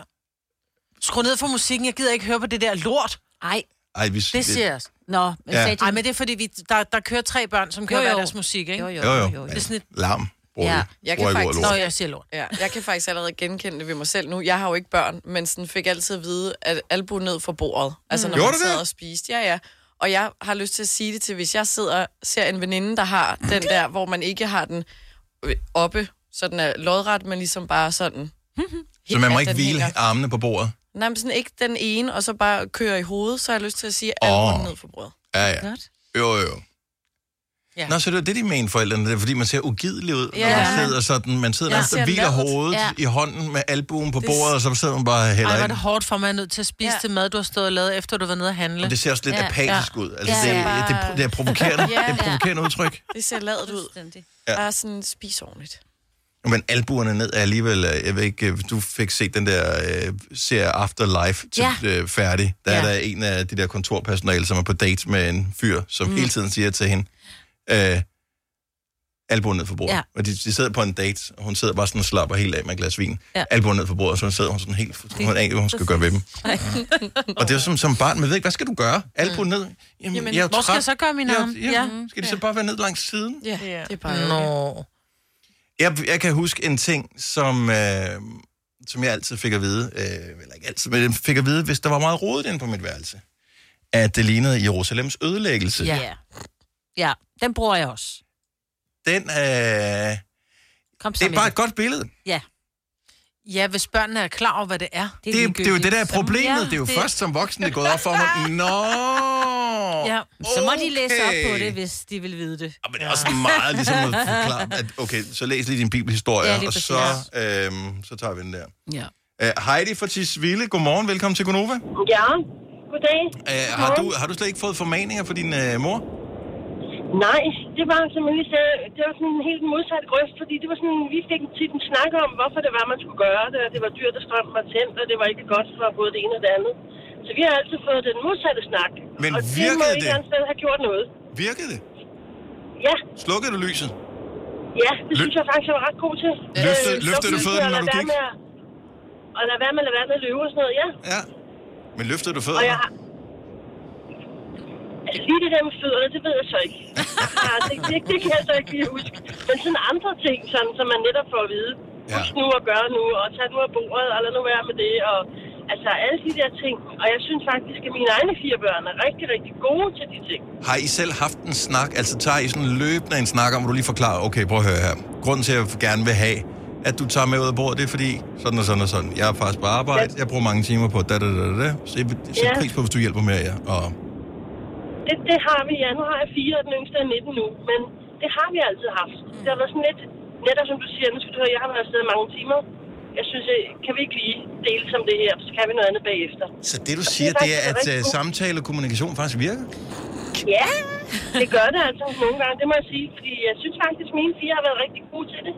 Speaker 2: Skru ned for musikken, jeg gider ikke høre på det der lort.
Speaker 3: Ej,
Speaker 1: Ej, vi,
Speaker 2: Det siger jeg.
Speaker 3: nå.
Speaker 1: Ja.
Speaker 3: Ja. Sagde de...
Speaker 2: Nej, men det er fordi, vi, der, der kører tre børn, som kører
Speaker 3: Jo, jo.
Speaker 2: hver deres musik, ikke?
Speaker 3: Jo, jo,
Speaker 1: Jo, jo.
Speaker 3: jo.
Speaker 2: Det er sådan et...
Speaker 1: Larm. Brug,
Speaker 3: Ja.
Speaker 1: ja.
Speaker 4: Jeg kan faktisk-
Speaker 2: Nå, jeg siger lort.
Speaker 4: Ja, jeg kan faktisk allerede genkende det ved mig selv nu. Jeg har jo ikke børn, men sådan fik altid at vide, at albu ned fra bordet.
Speaker 2: Mm.
Speaker 4: Altså når
Speaker 1: Gjorde
Speaker 4: man
Speaker 1: du det?
Speaker 4: sad og spiste. Ja, ja. Og jeg har lyst til at sige det til, hvis jeg sidder og ser en veninde, der har den der, hvor man ikke har den øh, oppe, så den er lodret, men ligesom bare sådan.
Speaker 1: Så man må
Speaker 4: at
Speaker 1: ikke
Speaker 4: den
Speaker 1: hvile
Speaker 4: hænger.
Speaker 1: armene på bordet?
Speaker 4: Nej, men sådan ikke den ene, og så bare kører i hovedet, så har jeg lyst til at sige albuen
Speaker 1: Åh.
Speaker 4: ned fra bordet.
Speaker 1: Ja, ja.
Speaker 3: Godt.
Speaker 1: Jo, jo.
Speaker 2: Ja.
Speaker 1: Ja. Nå, så det er det, de mener forældrene. Det er, fordi man ser ugidelig ud, når
Speaker 4: Ja.
Speaker 1: man sidder sådan. Man sidder
Speaker 4: Ja.
Speaker 1: ja. nærmest
Speaker 4: Ser
Speaker 1: og hviler
Speaker 4: ladet.
Speaker 1: hovedet
Speaker 3: Ja.
Speaker 1: ja. i hånden med albuen på
Speaker 4: Det-
Speaker 1: bordet, og så sidder man bare heller
Speaker 2: Ej,
Speaker 1: ikke.
Speaker 2: var det hårdt for mig, at jeg er nødt til at spise
Speaker 4: Ja.
Speaker 2: ja. det mad, du har stået og lavet, efter du var nede at handle.
Speaker 1: Og det
Speaker 2: Det...
Speaker 1: ser også lidt
Speaker 3: Ja,
Speaker 1: ja, apatisk ud. Altså,
Speaker 3: Ja,
Speaker 1: ja, det,
Speaker 3: ja.
Speaker 1: er, det, er- det er provokerende.
Speaker 4: Ja.
Speaker 1: Det er et provokerende udtryk.
Speaker 4: Det ser ladet ud.
Speaker 3: Fuldstændig.
Speaker 4: Bare sådan, spis ordentligt.
Speaker 1: Men albuerne ned er alligevel, øh, jeg ved ikke, øh, du fik set den der øh, serie Afterlife til,
Speaker 11: Ja.
Speaker 1: øh, færdig. Der er
Speaker 11: Ja.
Speaker 1: der en af de der kontorpersonale, som er på date med en fyr, som
Speaker 11: Mm.
Speaker 1: mm. hele tiden siger til hende, øh, albuen ned for bordet.
Speaker 11: Ja.
Speaker 1: Ja. Og de, de sidder på en date, og hun sidder bare sådan og slapper helt af med et glas vin.
Speaker 11: Ja.
Speaker 1: Ja. Albuen ned for bordet, og så sidder hun sådan helt, hun aner ikke, hvad hun skal
Speaker 11: Præcis.
Speaker 1: gøre ved dem.
Speaker 11: Ej.
Speaker 1: Og det er jo som, som barn, man ved ikke, hvad skal du gøre? Albuen ned? Jamen, jeg er
Speaker 2: hvor skal
Speaker 1: træt.
Speaker 2: jeg så gøre min
Speaker 1: Ja,
Speaker 2: arm? Mhm.
Speaker 1: ja. Skal de så bare være ned langs siden?
Speaker 4: Ja, ja. det er bare
Speaker 2: Nå.
Speaker 1: Jeg, jeg kan huske en ting, som, øh, som jeg altid fik at vide, øh, eller ikke altid, men jeg fik at vide, hvis der var meget rodet inde på mit værelse, at det lignede Jerusalems ødelæggelse.
Speaker 3: Ja. ja, den bruger jeg også.
Speaker 1: Den, øh,
Speaker 3: Kom så
Speaker 1: det er
Speaker 3: med
Speaker 1: bare
Speaker 3: det.
Speaker 1: et godt billede.
Speaker 3: Ja.
Speaker 2: Ja, hvis børnene er klar over, hvad det er.
Speaker 1: Det, det, det er jo det, der er problemet.
Speaker 2: Ja,
Speaker 1: det er jo først som voksen, det er gået op for mig. Nå!
Speaker 3: Ja, så må de læse op på
Speaker 1: okay.
Speaker 3: det, hvis de vil vide det.
Speaker 1: Men det er også meget ligesom at forklare, at okay, så læs lige din bibelhistorie,
Speaker 3: Ja,
Speaker 1: ja,
Speaker 3: lige
Speaker 1: og
Speaker 3: præcis.
Speaker 1: så, øh, så tager vi den der.
Speaker 3: Ja.
Speaker 1: Uh, Heidi fra Tisvilde, godmorgen, velkommen til Gonova.
Speaker 12: Ja, goddag.
Speaker 1: Uh, har, du, har du slet ikke fået formaninger fra din uh, mor?
Speaker 12: Nej, det var, som jeg lige sagde, det var sådan en helt modsat grøft, fordi det var sådan, vi fik tit en snak om, hvorfor det var, man skulle gøre det, og det var dyrt og strømmen var tændt, og det var ikke godt for både det ene og det andet. Så vi har altid fået den modsatte snak.
Speaker 1: Men
Speaker 12: og det må
Speaker 1: virkede
Speaker 12: ikke
Speaker 1: det?
Speaker 12: andet sted have gjort noget.
Speaker 1: Virkede det?
Speaker 12: Ja,
Speaker 1: Slukkede du lyset?
Speaker 12: ja, det synes jeg faktisk, jeg var ret god til. Øh,
Speaker 1: Løftede- løftede du
Speaker 12: luk
Speaker 1: fødderne,
Speaker 12: lyset, og lad
Speaker 1: når du
Speaker 12: være
Speaker 1: gik?
Speaker 12: med at- Og lad være med at lade være med at løbe og sådan noget, ja.
Speaker 1: Ja. Men løftede du
Speaker 12: Og
Speaker 1: fødderne?
Speaker 12: jeg har... Altså, lige det der med fødderne, det ved jeg så ikke. ja, det, det, det, kan jeg så ikke lige huske. Men sådan andre ting, sådan, som man netop får at vide. Ja. Husk nu at gøre nu, og tag nu af bordet, og lad nu være med det. Og, altså alle de der ting. Og jeg synes faktisk, at mine egne fire børn er rigtig, rigtig gode til de ting.
Speaker 1: Har I selv haft en snak, altså tager I sådan løbende en snak om, hvor du lige forklarer, okay, prøv at høre her. Grunden til, at jeg gerne vil have, at du tager med ud af bordet, det er fordi, sådan og sådan og sådan. Jeg er faktisk på arbejde, jeg bruger mange timer på da, da, da, da. da. Så jeg vil sætte
Speaker 12: Ja.
Speaker 1: pris på, hvis du hjælper med jer. Og
Speaker 12: Det, det har vi, ja. Nu har jeg fire, og den yngste er 19 nu. Men det har vi altid haft.
Speaker 1: Mm.
Speaker 12: Det har været sådan lidt, netop som du siger, nu skal du høre, jeg har været afsted mange timer. Jeg synes, øh, kan vi ikke lige dele som det her, så kan vi noget andet bagefter.
Speaker 1: Så det, du
Speaker 12: Og
Speaker 1: siger, det er,
Speaker 12: faktisk
Speaker 1: at
Speaker 12: rigtig
Speaker 1: uh,
Speaker 12: god-
Speaker 1: samtale og kommunikation faktisk virker?
Speaker 12: Ja, det gør det altså nogle gange, det må jeg sige. Fordi jeg synes faktisk, mine fire har været rigtig gode til det.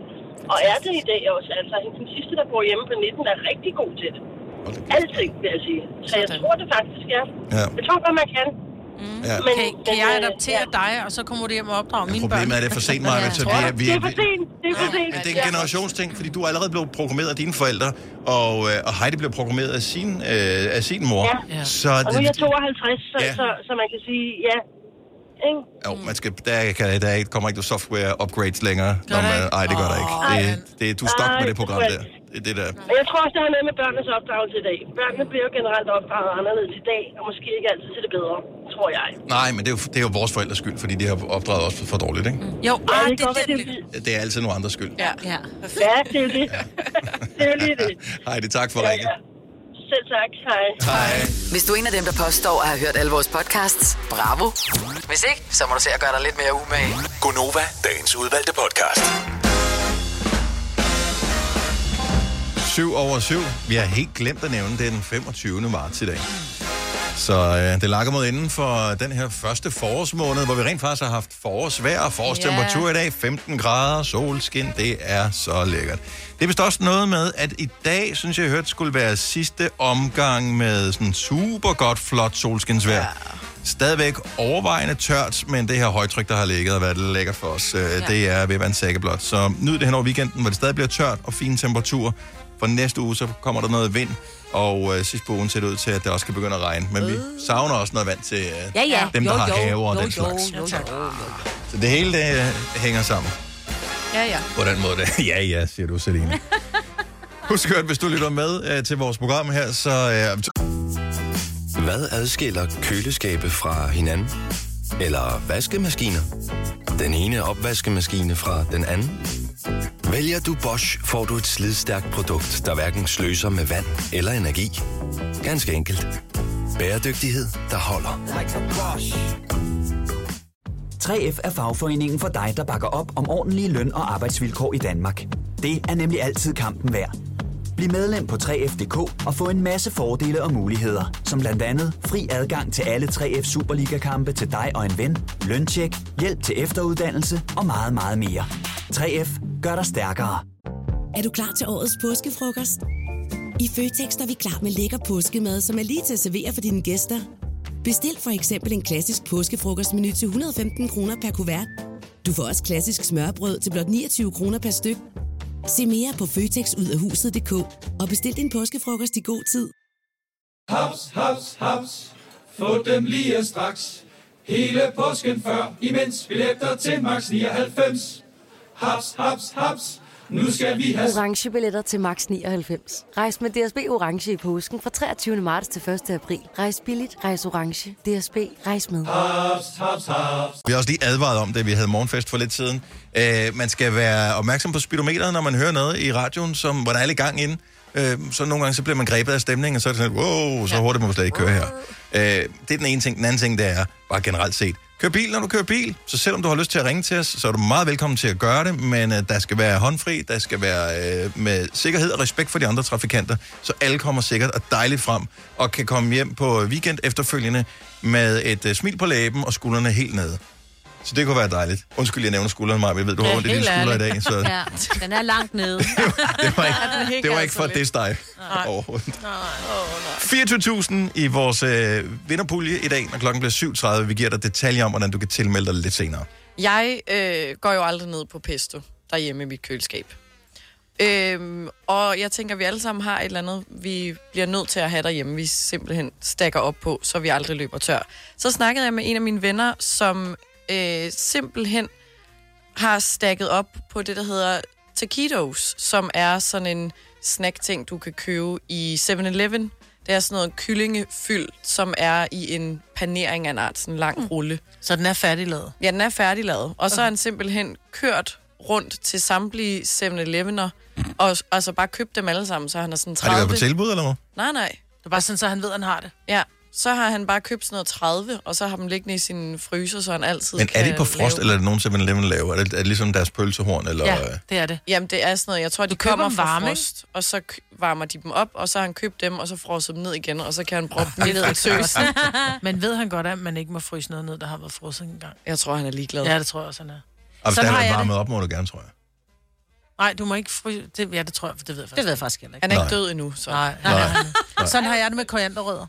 Speaker 12: Og er det i dag også. Altså, hende den sidste, der bor hjemme på 19, er rigtig god til det. Altid, vil jeg sige. Så jeg tror det faktisk, ja.
Speaker 1: Ja.
Speaker 12: Jeg tror godt, man kan.
Speaker 1: Ja.
Speaker 2: Men, kan, kan jeg adoptere ja. dig, og så kommer du hjem og opdrager mine børn?
Speaker 1: Problemet er, at det er for sent, Maja.
Speaker 2: Ja.
Speaker 1: så
Speaker 2: Tror
Speaker 1: vi, er-
Speaker 2: du?
Speaker 1: vi,
Speaker 2: Det
Speaker 1: er-
Speaker 2: er for
Speaker 1: vi,
Speaker 2: sent.
Speaker 12: Det er for sent.
Speaker 1: men det er en generationsting, fordi du er allerede blevet programmeret af dine forældre, og, øh, og Heidi blev programmeret af sin, øh, af sin mor.
Speaker 12: Ja.
Speaker 1: Så
Speaker 12: og nu er jeg
Speaker 1: det,
Speaker 12: 52, så,
Speaker 1: Ja.
Speaker 12: så, så man kan sige, ja. Ikke?
Speaker 1: jo, man skal, der, kan, der kommer ikke nogen software-upgrades længere. Når man, nej, det gør der ikke. Det, det, du er stok
Speaker 12: Ej,
Speaker 1: med det program
Speaker 12: det
Speaker 1: der. Det, det der.
Speaker 12: Og jeg tror også, det har noget med børnenes opdragelse i dag. Børnene bliver jo generelt opdraget anderledes i dag, og måske ikke altid til det bedre, tror jeg.
Speaker 1: Nej, men det er, jo, det er jo vores forældres skyld, fordi de har opdraget os for dårligt, ikke?
Speaker 2: Jo,
Speaker 12: ja, det, det, det, det,
Speaker 1: Det er altid nogen andres skyld.
Speaker 2: Ja.
Speaker 3: ja.
Speaker 12: ja, det er jo det. det er jo lige det.
Speaker 1: Heidi, tak for ringen.
Speaker 12: Selv tak. Hej.
Speaker 1: Hej.
Speaker 5: Hvis du er en af dem, der påstår at have hørt alle vores podcasts, bravo. Hvis ikke, så må du se at gøre dig lidt mere umage.
Speaker 13: Gonova, dagens udvalgte podcast.
Speaker 1: 7 over 7. Vi har helt glemt at nævne, det er den 25. marts i dag. Så øh, det lakker mod inden for den her første forårsmåned, hvor vi rent faktisk har haft forårsvejr og forårstemperatur
Speaker 11: Ja.
Speaker 1: i dag. 15 grader, solskin, det er så lækkert. Det er vist også noget med, at i dag, synes jeg, jeg hørte, skulle være sidste omgang med sådan super godt, flot solskinsvejr. Ja. Stadigvæk overvejende tørt, men det her højtryk, der har ligget og været lækkert for os, øh, ja. det er ved at være en sækkeblot. Så nyd det hen over weekenden, hvor det stadig bliver tørt og fine temperaturer. For næste uge, så kommer der noget vind, og øh, sidst på ugen ser det ud til, at det også kan begynde at regne. Men vi savner også noget vand til øh,
Speaker 3: Øh. Ja, ja.
Speaker 1: dem, der
Speaker 3: jo,
Speaker 1: har
Speaker 3: jo,
Speaker 1: haver og
Speaker 3: jo,
Speaker 1: den
Speaker 3: jo,
Speaker 1: slags.
Speaker 3: Jo, jo, jo.
Speaker 1: Så det hele det, øh, hænger sammen
Speaker 4: Ja, ja.
Speaker 1: på den måde. det- ja, ja, siger du, Selina. Husk at hvis du lytter med øh, til vores program her, så... Øh,
Speaker 14: Hvad adskiller køleskabe fra hinanden? Eller vaskemaskiner? Den ene opvaskemaskine fra den anden? Vælger du Bosch, får du et slidstærkt produkt, der hverken sløser med vand eller energi. Ganske enkelt. Bæredygtighed, der holder.
Speaker 15: Like a boss. 3F er fagforeningen for dig, der bakker op om ordentlige løn- og arbejdsvilkår i Danmark. Det er nemlig altid kampen værd. Bliv medlem på 3F.dk og få en masse fordele og muligheder, som blandt andet fri adgang til alle 3F Superliga-kampe til dig og en ven, løntjek, hjælp til efteruddannelse og meget, meget mere. 3F gør dig stærkere.
Speaker 11: Er du klar til årets påskefrokost? I Føtex er vi klar med lækker påskemad, som er lige til at servere for dine gæster. Bestil for eksempel en klassisk påskefrokostmenu til 115 kroner per kuvert. Du får også klassisk smørbrød til blot 29 kroner per styk. Se mere på føtexudafhuset.dk og bestil din påskefrokost i god tid.
Speaker 9: Haps, haps, haps. Få dem lige straks. Hele påsken før, imens billetter til max 99. Haps, haps, haps. Nu skal vi have...
Speaker 16: Orange billetter til max 99. Rejs med DSB Orange i påsken fra 23. marts til 1. april. Rejs billigt, rejs orange. DSB, rejs med.
Speaker 9: Haps, haps, haps.
Speaker 1: Vi har også lige advaret om det, vi havde morgenfest for lidt siden. Øh, man skal være opmærksom på speedometeret, når man hører noget i radioen, som, hvor der er lidt gang inde. Øh, så nogle gange så bliver man grebet af stemningen, og så er det sådan, wow, så hurtigt må man slet ikke køre her. Øh, det er den ene ting. Den anden ting, det er bare generelt set. Kør bil, når du kører bil. Så selvom du har lyst til at ringe til os, så er du meget velkommen til at gøre det, men øh, der skal være håndfri, der skal være øh, med sikkerhed og respekt for de andre trafikanter, så alle kommer sikkert og dejligt frem, og kan komme hjem på weekend efterfølgende med et øh, smil på læben og skuldrene helt nede. Så det kunne være dejligt. Undskyld, jeg nævner skuldrene, Maja, jeg ved, du har ondt i dine skuldre i dag, så
Speaker 3: Ja, den er langt nede.
Speaker 1: det var ikke, det var ikke for det steg
Speaker 3: Nej.
Speaker 1: overhovedet. 24.000 i vores øh, vinderpulje i dag, når klokken bliver 7.30. Vi giver dig detaljer om, hvordan du kan tilmelde dig lidt senere.
Speaker 4: Jeg øh, går jo aldrig ned på pesto derhjemme i mit køleskab. Øhm, og jeg tænker, at vi alle sammen har et eller andet, vi bliver nødt til at have derhjemme, vi simpelthen stakker op på, så vi aldrig løber tør. Så snakkede jeg med en af mine venner, som øh, simpelthen har stakket op på det, der hedder taquitos, som er sådan en snackting, du kan købe i 7-Eleven. Det er sådan noget kyllingefyld, som er i en panering af en art, sådan en lang rulle.
Speaker 2: Mm. Så den er færdiglavet?
Speaker 4: Ja, den er færdiglavet. Og så er han simpelthen kørt rundt til samtlige 7-Eleven'er, og altså bare købt dem alle sammen, så han er sådan 30.
Speaker 1: Har det været på tilbud, eller hvad?
Speaker 4: Nej, nej.
Speaker 2: Det er bare sådan, så han ved, at han har det.
Speaker 4: Ja, så har han bare købt sådan noget 30, og så har dem liggende i sin fryser, så han altid
Speaker 1: Men er
Speaker 4: kan
Speaker 1: det på frost,
Speaker 4: lave-
Speaker 1: eller er det nogen 7-Eleven laver? Er det, er det ligesom deres pølsehorn? Eller,
Speaker 4: Ja,
Speaker 1: øh,
Speaker 2: det er det.
Speaker 4: Jamen, det er sådan noget. Jeg tror, de
Speaker 2: køber
Speaker 4: kommer
Speaker 2: dem
Speaker 4: fra
Speaker 2: varme,
Speaker 4: frost, og så k- varmer de dem op, og så har han købt dem, og så frosset dem ned igen, og så kan han proppe dem
Speaker 2: Det
Speaker 4: ned
Speaker 2: ved
Speaker 4: i
Speaker 2: han
Speaker 4: tøsen.
Speaker 2: godt. Men ved han godt, at man ikke må fryse noget ned, der har været frosset engang?
Speaker 4: Jeg tror, han er ligeglad.
Speaker 2: Ja, det tror jeg også, han er.
Speaker 1: og hvis
Speaker 2: Sådan
Speaker 1: der
Speaker 2: har
Speaker 1: er
Speaker 2: jeg
Speaker 1: varmet op, må du gerne, tror jeg.
Speaker 2: Nej, du må ikke fryse... Det, ja, det tror jeg, for det ved jeg faktisk.
Speaker 3: Det ved jeg faktisk heller ikke.
Speaker 4: Han er ikke død endnu, så.
Speaker 2: Nej.
Speaker 1: Nej.
Speaker 2: Nej. Sådan har jeg det med korianderrødder.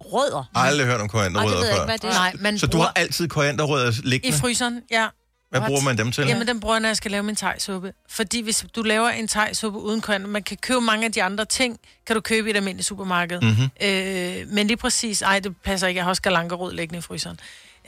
Speaker 3: Rødder?
Speaker 1: Jeg har aldrig hørt om
Speaker 2: Og det ved
Speaker 1: korianderrødder
Speaker 2: jeg
Speaker 1: før.
Speaker 2: ikke, hvad det er. Mm. Nej, man
Speaker 1: så du
Speaker 2: bruger-
Speaker 1: har altid korianderrødder
Speaker 2: I
Speaker 1: liggende?
Speaker 2: fryseren, ja.
Speaker 1: Hvad bruger man dem til?
Speaker 2: Jamen, den bruger jeg, når jeg skal lave min tegsuppe. Fordi hvis du laver en tegsuppe uden koriander, man kan købe mange af de andre ting, kan du købe i et almindeligt supermarked.
Speaker 7: Mhm.
Speaker 2: Øh, men lige præcis, ej, det passer ikke, jeg har også galankerod liggende i fryseren.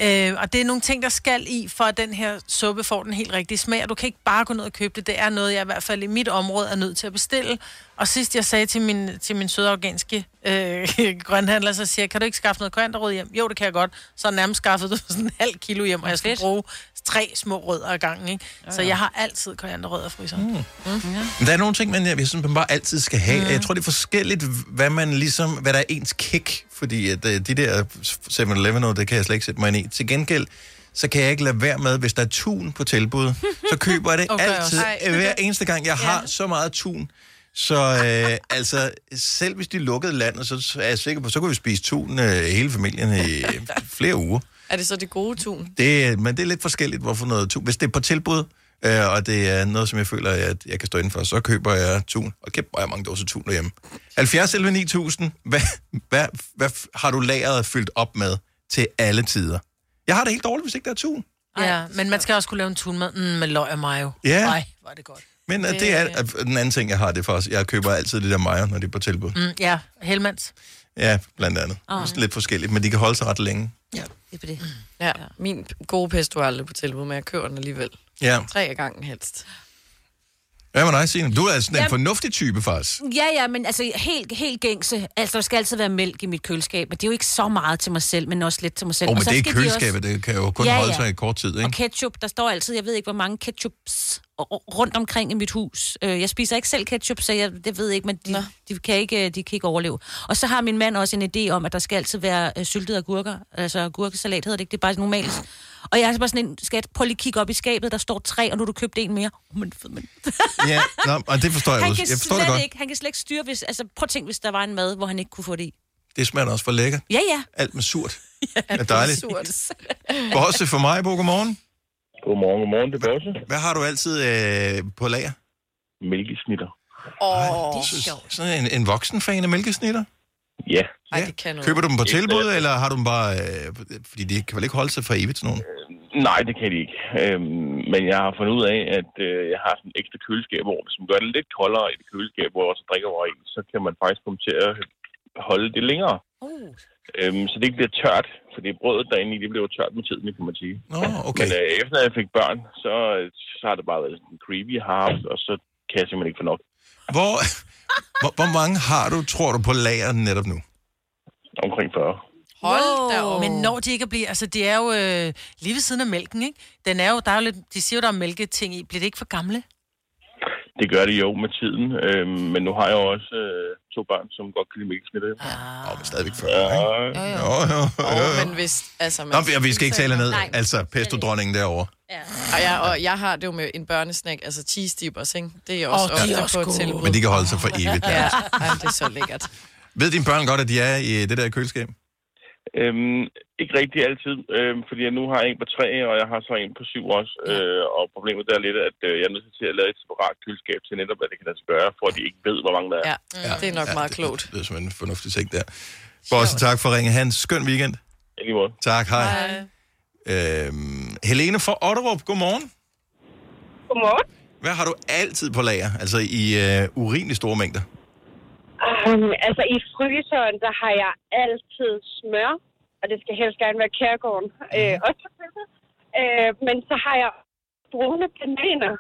Speaker 2: Øh, og det er nogle ting, der skal i, for at den her suppe får den helt rigtige smag. Og du kan ikke bare gå ned og købe det. Det er noget, jeg i hvert fald i mit område er nødt til at bestille. Og sidst jeg sagde til min, til min søde afghanske øh, grønhandler, så siger jeg, kan du ikke skaffe noget korianderrød hjem? Jo, det kan jeg godt. Så har jeg nærmest skaffet du sådan en halv kilo hjem, og jeg skal bruge tre små rødder ad gangen. Ikke? Så jeg har altid korianderrødder i fryseren.
Speaker 1: Mm.
Speaker 2: Mm. Ja.
Speaker 1: Men der er nogle ting, man, jeg synes, man bare altid skal have.
Speaker 14: Mm.
Speaker 1: Jeg tror, det er forskelligt, hvad, man ligesom, hvad der er ens kick. Fordi at, øh, de der 7-Eleven, det kan jeg slet ikke sætte mig ind i. Til gengæld, så kan jeg ikke lade være med, hvis der er tun på tilbud, så køber jeg det
Speaker 14: Okay,
Speaker 1: okay, altid.
Speaker 14: også. Ej.
Speaker 1: Hver eneste gang, jeg har så meget tun. Så øh, altså, selv hvis de lukkede landet, så er jeg sikker på, så kunne vi spise tun øh, hele familien i øh, flere uger.
Speaker 4: Er det så det gode tun?
Speaker 1: Det, er- men det er lidt forskelligt, hvorfor noget tun. Hvis det er på tilbud, øh, og det er noget, som jeg føler, at jeg kan stå indenfor, så køber jeg tun. Og kæft, hvor er mange dåser tun derhjemme. 70 11 9000. Hvad, hvad, hvad f- har du lageret fyldt op med til alle tider? Jeg har det helt dårligt, hvis ikke der er tun.
Speaker 2: Ja, men man skal også kunne lave en tunmad mm, med løg og mayo.
Speaker 1: Ja.
Speaker 2: Ej, hvor er det godt.
Speaker 1: Men øh, det er øh, den anden ting, jeg har, det er faktisk, jeg køber altid det der mayo, når det er på tilbud.
Speaker 2: Mm, ja, Helmands.
Speaker 1: Ja, blandt andet.
Speaker 2: Ah.
Speaker 1: Sådan Lidt forskelligt, men de kan holde sig ret længe.
Speaker 3: Det er på det.
Speaker 4: Ja, min gode pesto er aldrig på tilbud, men jeg køber den alligevel.
Speaker 1: Ja.
Speaker 4: Tre af gangen helst.
Speaker 1: Hvad med dig, Signe? Du er altså en
Speaker 3: Jamen-
Speaker 1: fornuftig type, faktisk.
Speaker 3: Ja, ja, men altså helt, helt gængse. Altså, der skal altid være mælk i mit køleskab, og det er jo ikke så meget til mig selv, men også lidt til mig selv.
Speaker 1: Åh, oh,
Speaker 3: og
Speaker 1: men
Speaker 3: så
Speaker 1: det er
Speaker 3: skal de også-
Speaker 1: køleskabet, det kan jo kun
Speaker 3: Ja,
Speaker 1: holde
Speaker 3: ja.
Speaker 1: sig i kort tid, ikke?
Speaker 3: Og ketchup, der står altid, jeg ved ikke, hvor mange ketchups r- r- rundt omkring i mit hus. Øh, Jeg spiser ikke selv ketchup, så jeg, det ved jeg ikke, men de, de, kan ikke, øh, de kan ikke overleve. Og så har min mand også en idé om, at der skal altid være øh, syltede agurker, altså agurkesalat hedder det ikke, det er bare normalt. Og jeg er altså bare sådan en, skat, prøv lige at kigge op i skabet, der står tre, og nu har du købt en mere. Oh, men, fed, men.
Speaker 1: Ja, nå, og det forstår jeg
Speaker 3: Han
Speaker 1: også.
Speaker 3: kan,
Speaker 1: Jeg forstår det
Speaker 3: slet
Speaker 1: godt.
Speaker 3: ikke, han kan slet ikke styre, hvis, altså prøv at tænke, hvis der var en mad, hvor han ikke kunne få det i.
Speaker 1: Det smager da også for lækkert.
Speaker 3: Ja, ja.
Speaker 1: Alt med surt. ja, det er dejligt.
Speaker 3: Surt.
Speaker 1: Bosse for mig, Bo, godmorgen.
Speaker 17: Godmorgen, godmorgen, det er Bosse.
Speaker 1: Hvad har du altid øh, på lager?
Speaker 17: mælkesnitter.
Speaker 4: Åh,
Speaker 1: det er sjovt. Sådan en, en voksen fan af mælkesnitter?
Speaker 17: Ja.
Speaker 4: Ej, det kan noget.
Speaker 1: Køber du dem på
Speaker 17: Ikke,
Speaker 1: tilbud,
Speaker 17: øh,
Speaker 1: eller har du dem bare... Øh, fordi de kan vel ikke holde sig for evigt, sådan nogen?
Speaker 17: Nej, det kan de ikke. Øhm, men jeg har fundet ud af, at øh, jeg har sådan et ekstra køleskab, hvor hvis man gør det lidt koldere i det køleskab, hvor jeg også drikker over i, så kan man faktisk komme til at holde det længere.
Speaker 3: Uh.
Speaker 17: Øhm, så det ikke bliver tørt, for det brødet derinde i, det bliver jo tørt med tiden, kan man sige.
Speaker 1: Nå, okay.
Speaker 17: Men øh, efter jeg fik børn, så, så har det bare været sådan creepy, jeg har haft, og så kan jeg simpelthen ikke få nok.
Speaker 1: Hvor, hvor, hvor mange har du, tror du, på lageret netop nu?
Speaker 17: Omkring 40.
Speaker 2: Hold da op. Men når de ikke bliver... Altså, det er jo øh, lige ved siden af mælken, ikke? Den er jo, der er jo lidt, de siger jo, der er mælketing i. Bliver det ikke for gamle?
Speaker 17: Det gør det jo med tiden, øhm, men nu har jeg jo også øh, to børn, som godt kan lide mælkesnitte.
Speaker 1: Ah. Og stadigvæk 40, ja. ikke? Jo, jo, jo. jo.
Speaker 4: Men hvis, altså,
Speaker 1: Øh, Nå, vi, vi skal ikke tale ned.
Speaker 4: Nej.
Speaker 1: Altså, pesto-dronningen derovre.
Speaker 4: Og jeg, og jeg har det jo med en børnesnack, altså cheese dippers, ikke? Det er også
Speaker 2: Åh, de er
Speaker 4: ofte
Speaker 2: også
Speaker 4: på et tilbud.
Speaker 1: Men de kan holde sig for evigt. altså.
Speaker 4: Ja,
Speaker 1: Ja.
Speaker 4: ja det er så lækkert.
Speaker 1: Ved dine børn godt, at de er i det der køleskab?
Speaker 17: Øhm, ikke rigtig altid, øhm, fordi jeg nu har en på tre, og jeg har så en på syv også. Øh, og problemet der er lidt, at øh, jeg er nødt til at lave et separat køleskab til netop, hvad det kan lade sig gøre, for at de ikke ved, hvor mange der er.
Speaker 4: Ja, Mm, det er nok meget klogt.
Speaker 1: Det er simpelthen en fornuftig ting der. Bossen, tak for ringen. Hans, skøn weekend. Tak, hej. Øhm, Helene fra Otterup, godmorgen.
Speaker 12: Godmorgen.
Speaker 1: Hvad har du altid på lager? Altså i øh, urimelig store mængder?
Speaker 12: Um, altså i fryseren, der har jeg altid smør, og det skal helst gerne være kærgården.
Speaker 1: Mhm.
Speaker 12: Mm. Øh, også for pølser. øh, men så har jeg brune bananer.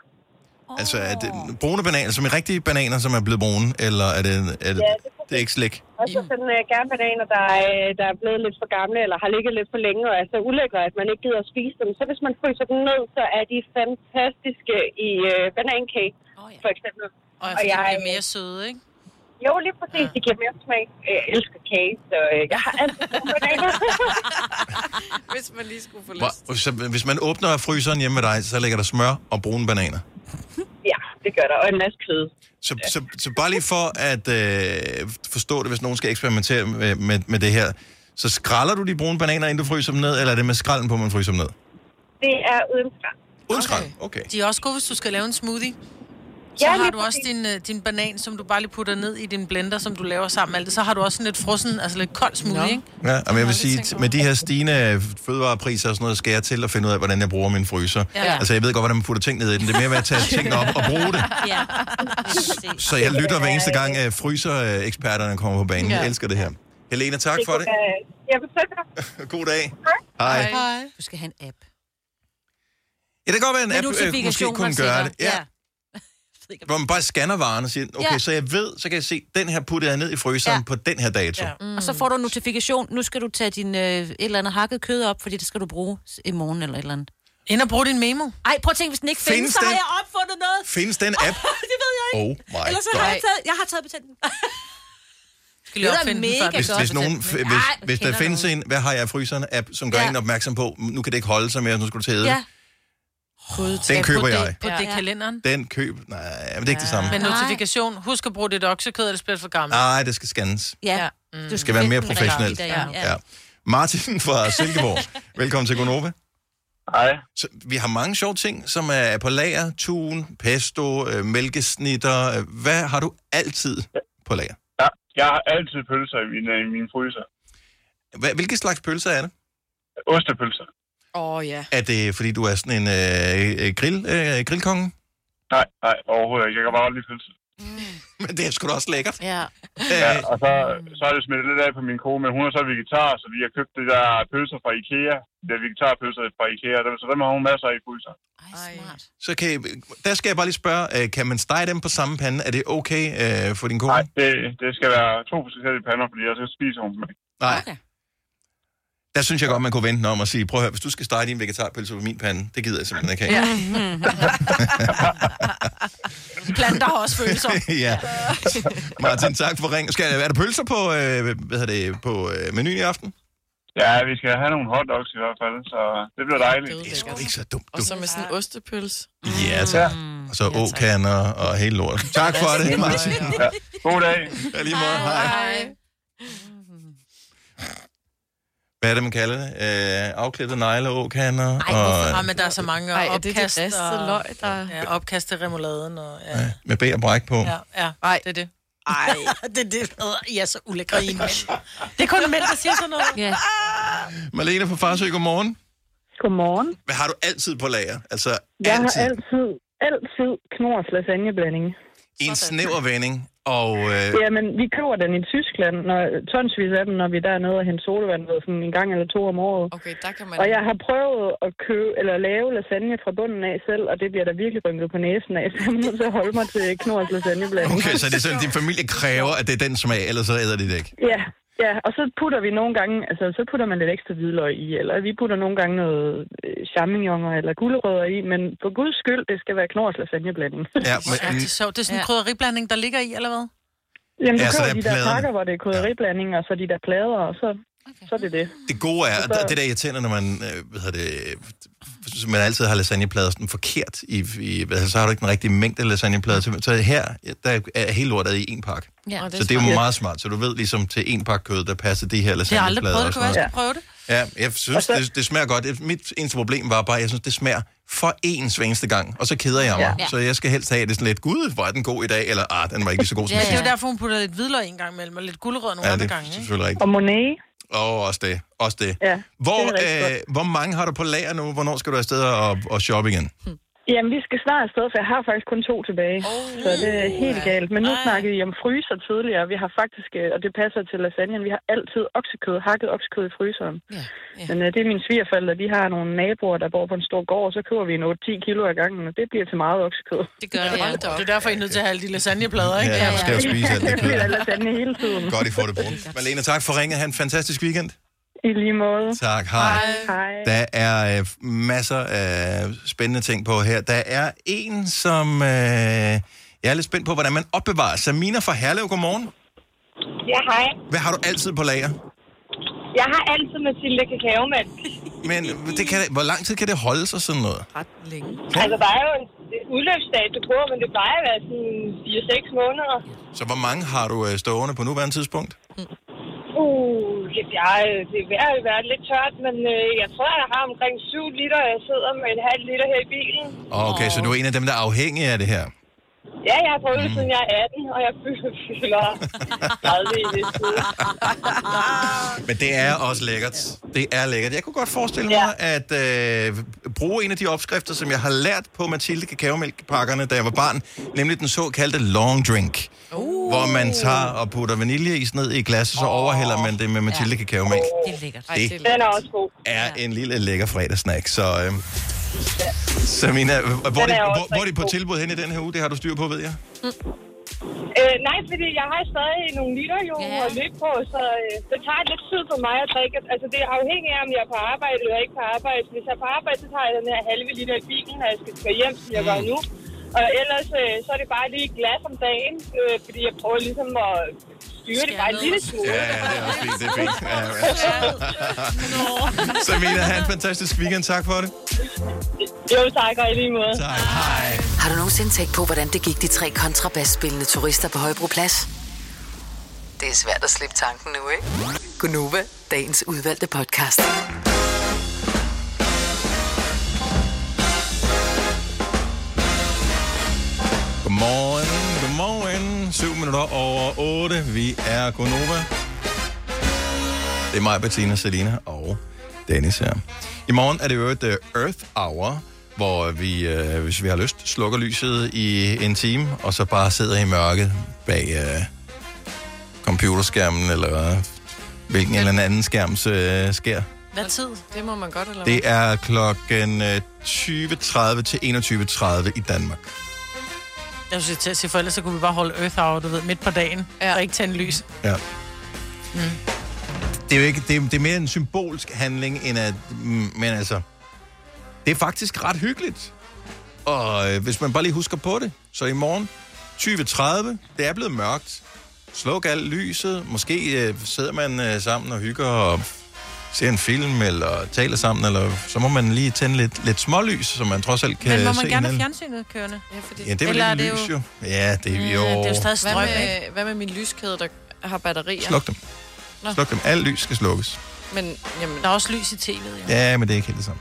Speaker 1: Altså er det brune bananer, som er rigtige bananer, som er blevet brune? Eller er det, er det,
Speaker 12: Ja,
Speaker 1: det, det er ikke slik?
Speaker 12: Og så sådan uh, gerne bananer, der, uh, der er blevet lidt for gamle, eller har ligget lidt for længe, og er så ulækre, at man ikke gider at spise dem. Så hvis man fryser dem ned, så er de fantastiske i uh, banankage, oh, ja. for eksempel.
Speaker 2: Og, og jeg er mere søde, ikke?
Speaker 12: Jo, lige præcis. Det giver mere smag. Jeg elsker kage, så øh, jeg har altid brune bananer.
Speaker 4: Hvis man lige skulle få lyst.
Speaker 1: Hvor, så, hvis man åbner fryseren hjemme med dig, så ligger der smør og brune bananer?
Speaker 12: ja, det gør der. Og en masse kød.
Speaker 1: Så, så, så bare lige for at øh, forstå det, hvis nogen skal eksperimentere med, med, med det her, så skræller du de brune bananer, inden du fryser dem ned, eller er det med skralden på, man fryser dem ned?
Speaker 12: Det er uden skræl.
Speaker 1: Uden skrald? Okay.
Speaker 2: De er også gode, hvis du skal lave en smoothie. Så
Speaker 12: Ja,
Speaker 2: har
Speaker 12: lige
Speaker 2: du også din, øh, din banan, som du bare lige putter ned i din blender, som du laver sammen med alt det. Så har du også sådan lidt frossen, altså lidt kold smoothie, ikke?
Speaker 1: Ja, og jeg vil sige, med de her stigende fødevarepriser og sådan noget, skal jeg til at finde ud af, hvordan jeg bruger min fryser.
Speaker 2: Ja.
Speaker 1: Altså, jeg ved godt, hvordan man putter ting ned i den. Det er mere ved at tage tingene op og bruge det.
Speaker 3: Ja.
Speaker 1: Så jeg lytter hver eneste gang, at frysereksperterne kommer på banen. Jeg
Speaker 3: Ja.
Speaker 1: elsker det her. Helena, tak for det.
Speaker 12: Jeg vil sætte
Speaker 1: God dag. Hej.
Speaker 3: Du skal have en app.
Speaker 1: Ja, det kan godt være, en
Speaker 3: Med
Speaker 1: app øh, måske
Speaker 3: notifikationer
Speaker 1: kunne gøre
Speaker 3: sikkert.
Speaker 1: det. Ja. Hvor man bare scanner varen og siger, okay,
Speaker 3: Ja.
Speaker 1: så jeg ved, så kan jeg se, den her putter jeg ned i fryseren
Speaker 3: Ja.
Speaker 1: på den her dato.
Speaker 3: Mm. Og så får du en notifikation, nu skal du tage din øh, et eller andet hakket kød op, fordi det skal du bruge s- i morgen eller et eller andet.
Speaker 2: Ind og brug din memo.
Speaker 3: Ej, prøv at tænke, hvis den ikke findes, findes
Speaker 1: Findes
Speaker 3: så har
Speaker 1: den?
Speaker 3: jeg opfundet noget.
Speaker 1: Findes den app?
Speaker 3: det ved jeg ikke.
Speaker 1: Oh my
Speaker 3: Ellers så
Speaker 1: god.
Speaker 3: har jeg taget, jeg har taget patent.
Speaker 2: Skal lige opfinde den før,
Speaker 1: Hvis, hvis, nogen, hvis, hvis der findes en, hvad har jeg i fryseren app, som gør
Speaker 3: Ja.
Speaker 1: ja. en opmærksom på, nu kan det ikke holde sig mere, nu skal du til at æde
Speaker 2: Ja.
Speaker 1: det. Den køber
Speaker 2: på
Speaker 1: jeg.
Speaker 2: Det, på ja. det kalenderen.
Speaker 1: Den køb, nej, men det er ikke det samme.
Speaker 2: Men notifikation, husk at bruge dit oksekød, ellers bliver det for gammelt.
Speaker 1: Nej, det skal scannes.
Speaker 3: Ja.
Speaker 2: Mm.
Speaker 1: Det skal være mere professionelt.
Speaker 2: Ja. Ja.
Speaker 1: Ja. Martin fra Silkeborg, velkommen til Gonova.
Speaker 17: Hej.
Speaker 1: Så, vi har mange sjove ting, som er på lager, tun, pesto, øh, mælkesnitter. Øh, Hvad har du altid på lager?
Speaker 17: Ja, jeg har altid pølser i min, øh, i min fryser.
Speaker 1: Hva- Hvilke slags pølser er det?
Speaker 17: Ostepølser.
Speaker 4: Åh, oh, ja.
Speaker 1: Er det, fordi du er sådan en øh, øh, grill, øh, grillkonge?
Speaker 17: Nej, nej, overhovedet ikke. Jeg kan bare godt lide pølser.
Speaker 1: Mm. Men det er sgu da også lækkert.
Speaker 2: Ja.
Speaker 17: Ja, og så, så er det smittet lidt af på min kone, men hun er så vegetar, så vi har købt det der pølser fra Ikea. Det er vegetarpølser fra Ikea, dem- så dem har hun masser af i pølser.
Speaker 1: Så kan, I- der skal jeg bare lige spørge, øh, kan man stege dem på samme pande? Er det okay øh, for din kone? Nej.
Speaker 17: Det, det skal være to forskellige pander, fordi jeg så spiser hun dem ikke.
Speaker 1: Nej. Okay. Der synes jeg godt, man kunne vente om og sige, prøv at høre, hvis du skal stege din vegetarpølse på min pande, det gider jeg simpelthen ikke have.
Speaker 2: Planter har også følelser.
Speaker 1: ja. Martin, tak for ringen. Skal, er der pølser på, øh, hvad hedder det, på øh, menuen i aften?
Speaker 17: Ja, vi skal have nogle hotdogs i hvert fald, så det bliver dejligt.
Speaker 1: Det er sgu da ikke så dumt.
Speaker 4: Og så med sådan en ostepølse.
Speaker 1: Ja, tak. Og så åkander og hele lortet. Tak for det, Martin.
Speaker 17: Ja. God dag.
Speaker 1: Ja, lige måde. Hej.
Speaker 4: Hej.
Speaker 1: hvad er det, man kalder det? Øh, afklippede negleåkander.
Speaker 2: Ej, men der er så mange
Speaker 4: Ej,
Speaker 2: Ej,
Speaker 4: er det de
Speaker 2: opkast
Speaker 4: ristede
Speaker 2: og,
Speaker 4: løg,
Speaker 2: der... ja, opkast til remouladen. Og, ja.
Speaker 1: med bag og bræk på.
Speaker 2: Ja, ja. Ej. det er det. Ej, det er det. I er så ulækre i mænd. Det er kun mænd, der siger sådan noget. Ja.
Speaker 1: Malene fra Farsø, godmorgen.
Speaker 18: Godmorgen.
Speaker 1: Hvad har du altid på lager? Altså,
Speaker 18: Jeg har
Speaker 1: altid.
Speaker 18: altid, altid knors lasagneblanding.
Speaker 1: En snæver vending, og øh,
Speaker 18: Øh. Jamen, vi køber den i Tyskland, når, tonsvis af dem, når vi er dernede og henter sodavand ved sådan en gang eller to om året.
Speaker 4: Okay, der kan man...
Speaker 18: Og jeg har prøvet at købe, eller lave lasagne fra bunden af selv, og det bliver der virkelig rynket på næsen af, så jeg er nødt til at holde mig til knors lasagneblanding.
Speaker 1: okay, så det er sådan, din familie kræver, at det er den smag, ellers så æder de det ikke.
Speaker 18: Ja, ja, og så putter vi nogle gange, altså så putter man lidt ekstra hvidløg i, eller vi putter nogle gange noget øh, champignoner eller gulerødder i, men for guds skyld, det skal være knors lasagneblanding.
Speaker 1: Ja,
Speaker 2: Ja, det er sjovt. Det er sådan en
Speaker 18: Ja.
Speaker 2: krydderiblanding, der ligger i, eller hvad?
Speaker 18: Jamen, du ja,
Speaker 1: Ja, så
Speaker 18: køber
Speaker 1: der er
Speaker 18: de der
Speaker 1: pladen.
Speaker 18: pakker, hvor det er krydderiblanding, og så de der plader, og så, okay. så er det det.
Speaker 1: Det gode er, at der- det der irriterende, når man, øh, hvad hedder det, hvis man altid har lasagneplader sådan forkert, i, i, altså, så har du ikke den rigtige mængde lasagneplader. til- Så her, der er hele lortet i en pakke.
Speaker 2: Ja, og det er
Speaker 1: så det er jo
Speaker 2: smart.
Speaker 1: meget smart. Så du ved ligesom til en pakke kød, der passer de her
Speaker 2: Det har jeg aldrig
Speaker 1: lasagneplader.
Speaker 2: prøvet.
Speaker 1: og
Speaker 2: Det kunne
Speaker 1: sådan
Speaker 2: være, jeg
Speaker 1: noget.
Speaker 2: skulle prøve det.
Speaker 1: Ja, jeg synes, det, det smager godt. Et- Mit eneste problem var bare, at jeg synes, det smager for ens hver eneste gang, og så keder jeg mig.
Speaker 2: Ja.
Speaker 1: Så jeg skal helst have at det er sådan lidt, gud, var den god i dag, eller ah, den var ikke lige så god som
Speaker 2: Ja,
Speaker 1: ja,
Speaker 2: det er
Speaker 1: sidst.
Speaker 2: jo derfor, hun putter lidt hvidløg en gang imellem, og lidt gulerød nogle
Speaker 1: Ja,
Speaker 2: andre
Speaker 1: det er
Speaker 2: gange. Ikke?
Speaker 1: selvfølgelig rigtigt.
Speaker 18: Og Monet.
Speaker 1: Og også det, også det.
Speaker 18: Ja,
Speaker 1: Hvor,
Speaker 18: det er rigtig
Speaker 1: øh, hvor mange har du på lager nu? Hvornår skal du afsted og, og shoppe igen?
Speaker 18: Jamen, vi skal snart afsted, for jeg har faktisk kun to tilbage. Oh, så det er helt galt. Men nu Ej. snakkede vi om fryser tidligere. Vi har faktisk, øh, og det passer til lasagnen, vi har altid oksekød, hakket oksekød i fryseren.
Speaker 2: Ja.
Speaker 18: Ja. Men øh, det er mine svigerforældre, de har nogle naboer, der bor på en stor gård, og så køber vi en 8-10 kilo ad gangen, og det bliver til meget oksekød.
Speaker 2: Det gør det, ja. Det er derfor, I er nødt til at have alle de lasagneplader, ikke?
Speaker 1: Ja, man skal jo spise alt det kød.
Speaker 18: Det er lasagne hele tiden.
Speaker 1: Godt, I får det brugt. Malene, tak for ringet. Ha' en fantastisk weekend.
Speaker 18: I lige måde.
Speaker 1: Tak, hej.
Speaker 18: Hej.
Speaker 1: Der er øh, masser af spændende ting på her. Der er en, som øh, jeg er lidt spændt på, hvordan man opbevarer. Samina fra Herlev, godmorgen.
Speaker 19: Ja, hej.
Speaker 1: Hvad har du altid på lager?
Speaker 19: Jeg har altid Mathilde kakaomælk.
Speaker 1: Men det kan, hvor lang tid kan det holde sig sådan noget?
Speaker 19: Længe. Altså, der er jo en udløbsdato på, men det plejer at være sådan 4-6 måneder.
Speaker 1: Så hvor mange har du øh, stående på nuværende tidspunkt?
Speaker 19: Uh, jeg, det er værd at være lidt tørt, men øh, jeg tror, jeg har omkring 7 liter, og jeg sidder med en halv liter her i bilen.
Speaker 1: Okay, så du er en af dem, der er afhængig af det her.
Speaker 19: Ja, jeg har prøvet det, siden jeg er 18, og jeg fylder 30 i det tid.
Speaker 1: Men det er også lækkert. Det er lækkert. Jeg kunne godt forestille mig at øh, bruge en af de opskrifter, som jeg har lært på Mathilde kakaomælkepakkerne, da jeg var barn, nemlig den såkaldte long drink. Uh. Hvor man tager og putter vaniljeis ned i et glas, og så overhælder man det med Mathilde kakaomælk.
Speaker 19: Det er lækkert.
Speaker 1: Det
Speaker 19: Den er også god.
Speaker 1: Er en lille lækker fredagssnack, så... Øh, Samina, øh, hvor, hvor,
Speaker 19: Den er
Speaker 1: er
Speaker 19: også
Speaker 1: hvor, hvor er de
Speaker 19: rigtig
Speaker 1: på
Speaker 19: god.
Speaker 1: tilbud hen i den her uge? Det har du styr på, ved jeg.
Speaker 19: Mm. Øh, nej, fordi jeg har stadig nogle liter jo yeah. at løbe på, så øh, det tager lidt tid for mig at drikke. Altså, det er afhængigt af, om jeg er på arbejde eller ikke på arbejde. Hvis jeg er på arbejde, så tager jeg den her halve liter i bilen, når jeg skal køre hjem, som jeg gør
Speaker 1: Mm.
Speaker 19: nu. Og ellers, øh, så er det bare lige et glas om dagen, øh, fordi jeg prøver ligesom at styre det bare en lille smule.
Speaker 1: Ja, ja, det er også fint. Det er fint. Ja, ja. Samina, have en fantastisk weekend. Tak for det.
Speaker 19: Jo, tak, og i lige måde.
Speaker 1: Tak. Hej.
Speaker 5: Har du nogensinde tænkt på, hvordan det gik de tre kontrabasspillende turister på Højbroplads? Det er svært at slippe tanken nu, ikke? Gunova, dagens udvalgte podcast.
Speaker 1: Godmorgen, godmorgen. 7 minutter over 8. Vi er Gonova. Det er mig, Bettina, Selina og Dennis her. I morgen er det jo et øh, Earth Hour, hvor vi, øh, hvis vi har lyst, slukker lyset i en time, og så bare sidder i mørket bag øh, computerskærmen, eller øh, hvilken eller anden skærms øh, skær.
Speaker 4: Hvad tid? Det må man godt, eller
Speaker 1: Det er klokken øh, 20.30 til 21.30 i Danmark.
Speaker 2: Jeg synes, til at sige, for ellers så kunne vi bare holde Earth Hour, du ved, midt på dagen, ja. og ikke tænde lys.
Speaker 1: Ja.
Speaker 2: Mm.
Speaker 1: det er jo ikke, det er, det er mere en symbolsk handling, end at, mm, men altså, det er faktisk ret hyggeligt. Og øh, hvis man bare lige husker på det, så i morgen 20.30, det er blevet mørkt. Sluk alt lyset, måske øh, sidder man øh, sammen og hygger og ser en film, eller taler sammen, eller så må man lige tænde lidt, lidt smålys, så man trods alt kan
Speaker 2: Men må man
Speaker 1: se
Speaker 2: gerne have
Speaker 1: hinanden.
Speaker 2: fjernsynet kørende? Ja, fordi...
Speaker 1: Ja, det var lidt lys jo. Ja, det er jo...
Speaker 4: hvad med, Hvad med min lyskæde, der har batterier?
Speaker 1: Sluk dem.
Speaker 4: Nå.
Speaker 1: Sluk dem. Alt lys skal slukkes.
Speaker 4: Men jamen,
Speaker 2: der er også lys i tv'et, ja.
Speaker 1: Ja, men det er ikke helt det samme.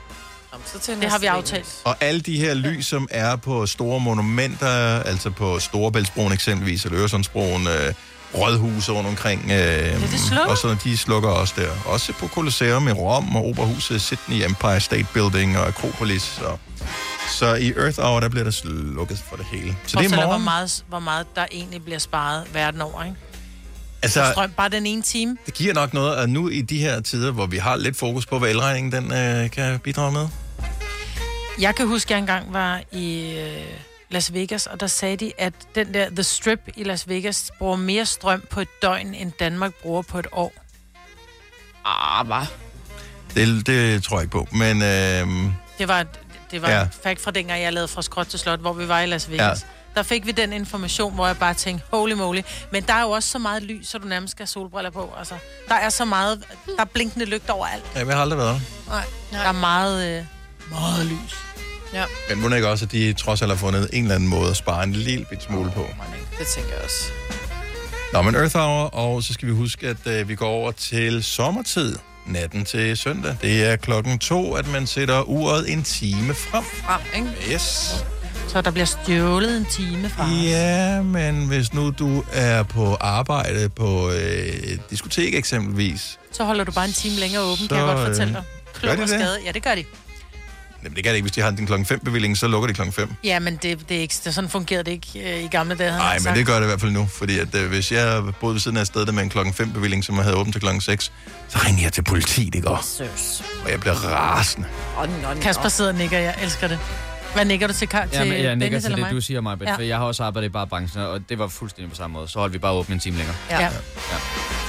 Speaker 4: Jamen, så tænder
Speaker 2: Det har vi
Speaker 4: jeg
Speaker 2: aftalt.
Speaker 1: Og alle de her lys, som er på store monumenter, altså på Storebæltsbroen eksempelvis, eller Øresundsbroen, øh, Rådhuset rundt omkring. Øh, ja,
Speaker 2: de slukker.
Speaker 1: Og sådan, de slukker også der. Også på Colosseum i Rom og Operahuset, Sydney Empire State Building og Akropolis. Og, så i Earth Hour, der bliver der slukket for det hele. Så det er
Speaker 2: Hvor
Speaker 1: morgen.
Speaker 2: meget, hvor meget der egentlig bliver sparet verden over, ikke? Altså,
Speaker 1: Altså,
Speaker 2: strøm bare den ene time.
Speaker 1: det giver nok noget, og nu i de her tider, hvor vi har lidt fokus på, hvad elregningen den, øh, kan bidrage med.
Speaker 2: Jeg kan huske, at jeg engang var i øh, Las Vegas, og der sagde de, at den der The Strip i Las Vegas bruger mere strøm på et døgn, end Danmark bruger på et år.
Speaker 4: Ah, hvad?
Speaker 1: Det, det tror jeg ikke på, men... Øh,
Speaker 2: Det var, et- det var
Speaker 1: Ja.
Speaker 2: ja. en fact fra dengang, jeg lavede fra Skråt til Slot, hvor vi var i Las Vegas.
Speaker 1: Ja.
Speaker 2: Ja. Der fik vi den information, hvor jeg bare tænkte, holy moly. Men der er jo også så meget lys, så du nærmest skal have solbriller på. Altså, der er så meget, der er blinkende lygter overalt.
Speaker 1: ja, jeg har aldrig været der.
Speaker 2: Nej. Der er meget, øh, meget lys. Ja,
Speaker 1: Men må ikke også, at de trods alt har fundet en eller anden måde at spare en lille bit smule på?
Speaker 4: det tænker jeg også.
Speaker 1: Nå, men Earth Hour, og så skal vi huske, at øh, vi går over til sommertid natten til søndag. Det er klokken to, at man sætter uret en time frem.
Speaker 4: Frem, ikke?
Speaker 1: Yes.
Speaker 2: Så der bliver stjålet en time fra os.
Speaker 1: Ja, men hvis nu du er på arbejde på øh, et diskotek eksempelvis,
Speaker 2: Så holder du bare en time længere åben,
Speaker 1: Så,
Speaker 2: kan jeg godt fortælle
Speaker 1: øh,
Speaker 2: dig.
Speaker 1: gør
Speaker 2: Klog
Speaker 1: de
Speaker 2: og
Speaker 1: det?
Speaker 2: skade. Ja, det gør de.
Speaker 1: jamen det kan det ikke, hvis de har den klokken 5 bevilling, så lukker de klokken 5.
Speaker 2: Ja, men det, det er ikke, det, sådan fungerede det ikke øh, i gamle dage. havde
Speaker 1: Nej,
Speaker 2: jeg
Speaker 1: men
Speaker 2: sagt.
Speaker 1: det gør det i hvert fald nu, fordi at, øh, hvis jeg boede ved siden af et sted der med en klokken 5 bevilling, som jeg havde åbent til klokken 6, så ringer jeg til politiet, ikke også? Og jeg bliver rasende.
Speaker 4: Oh, no, no.
Speaker 2: Kasper sidder og nikker, jeg elsker det. Hvad nikker du til, Kar- til
Speaker 20: Ja, men jeg nikker
Speaker 2: Dennis
Speaker 20: til
Speaker 2: eller
Speaker 20: det,
Speaker 2: mig?
Speaker 20: du siger mig, ja.
Speaker 2: Ja.
Speaker 20: for jeg har også arbejdet i barbranchen, og det var fuldstændig på samme måde. Så holdt vi bare åbent en time længere.
Speaker 2: Ja.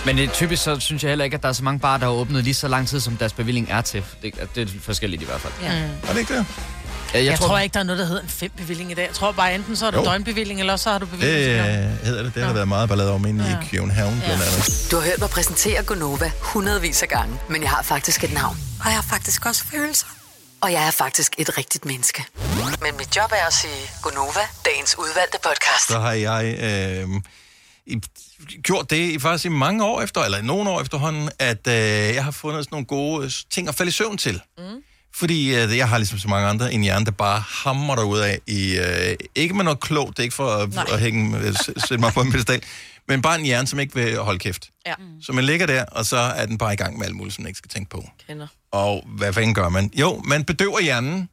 Speaker 20: Men det, typisk så synes jeg heller ikke, at der er så mange barer, der har åbnet lige så lang tid, som deres bevilling er til. Det, at det er forskelligt i hvert fald.
Speaker 2: Ja. Mm.
Speaker 1: Er det ikke det?
Speaker 2: Jeg, jeg tror, tror ikke, der er noget, der hedder en fem-bevilling i dag. Jeg tror bare, enten så er det
Speaker 1: Jo.
Speaker 2: døgnbevilling, eller også så har du
Speaker 1: Det
Speaker 2: bevilling.
Speaker 1: øh,
Speaker 2: til klokken.
Speaker 1: hedder det. Det har der været meget ballade om inde ja. i København, blandt andet.
Speaker 5: Du har hørt mig præsentere Gonova hundredvis af gange, men jeg har faktisk et navn. Og jeg har faktisk også følelser. Og jeg er faktisk et rigtigt menneske. Men mit job er at sige Gonova, dagens udvalgte podcast.
Speaker 1: Så har jeg øh, i, gjort det i faktisk i mange år efter, eller i nogle år efterhånden, at øh, jeg har fundet sådan nogle gode øh, ting at falde i søvn til. Mm. Fordi øh, jeg har ligesom så mange andre en hjerne, der bare hammer dig ud af i... Øh, ikke med noget klogt, det er ikke for at, at hænge, øh, s- sætte mig på en pedestal, men bare en hjerne, som ikke vil holde kæft.
Speaker 4: Ja.
Speaker 1: Så man ligger der, og så er den bare i gang med alt muligt, som man ikke skal tænke på.
Speaker 4: Kender.
Speaker 1: Og hvad fanden gør man? Jo, man bedøver hjernen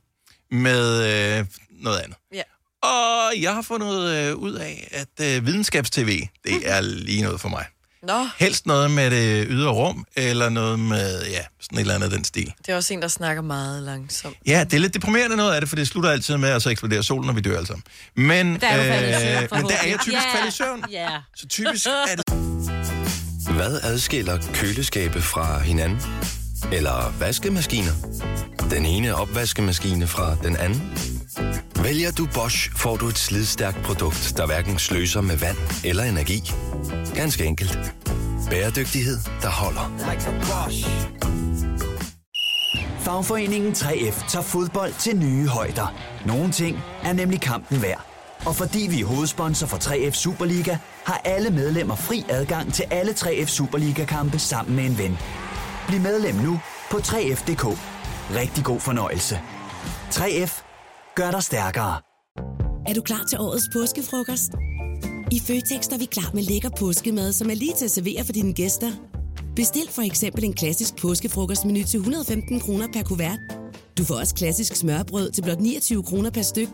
Speaker 1: med øh, noget andet.
Speaker 4: Ja.
Speaker 1: Og jeg har fundet øh, ud af, at øh, videnskabstv,
Speaker 7: Mm.
Speaker 1: det er lige noget for mig.
Speaker 4: Nå,
Speaker 1: Helst noget med det ydre rum, eller noget med, ja, sådan et eller andet af den stil.
Speaker 4: det er også en, der snakker meget langsomt.
Speaker 1: Ja, det er lidt deprimerende noget af det, for det slutter altid med, at så eksploderer solen, og vi dør alle sammen. Men, øh,
Speaker 7: Der er du faldet i søvn,
Speaker 1: men der er jeg typisk
Speaker 7: Ja.
Speaker 1: faldet i søvn.
Speaker 3: Ja.
Speaker 1: Så typisk er det...
Speaker 14: Hvad adskiller køleskabe fra hinanden? Eller vaskemaskiner? Den ene opvaskemaskine fra den anden? Vælger du Bosch, får du et slidstærkt produkt, der hverken sløser med vand eller energi. Ganske enkelt. Bæredygtighed, der holder.
Speaker 15: Fagforeningen 3F tager fodbold til nye højder. Nogle ting er nemlig kampen værd. Og fordi vi er hovedsponsor for 3F Superliga, har alle medlemmer fri adgang til alle 3F Superliga-kampe sammen med en ven. Bliv medlem nu på 3F.dk. Rigtig god fornøjelse. 3F gør dig stærkere.
Speaker 11: Er du klar til årets påskefrokost? I Føtex er vi klar med lækker påskemad, som er lige til at servere for dine gæster. Bestil for eksempel en klassisk påskefrokostmenu til 115 kroner per kuvert. Du får også klassisk smørbrød til blot 29 kroner per styk.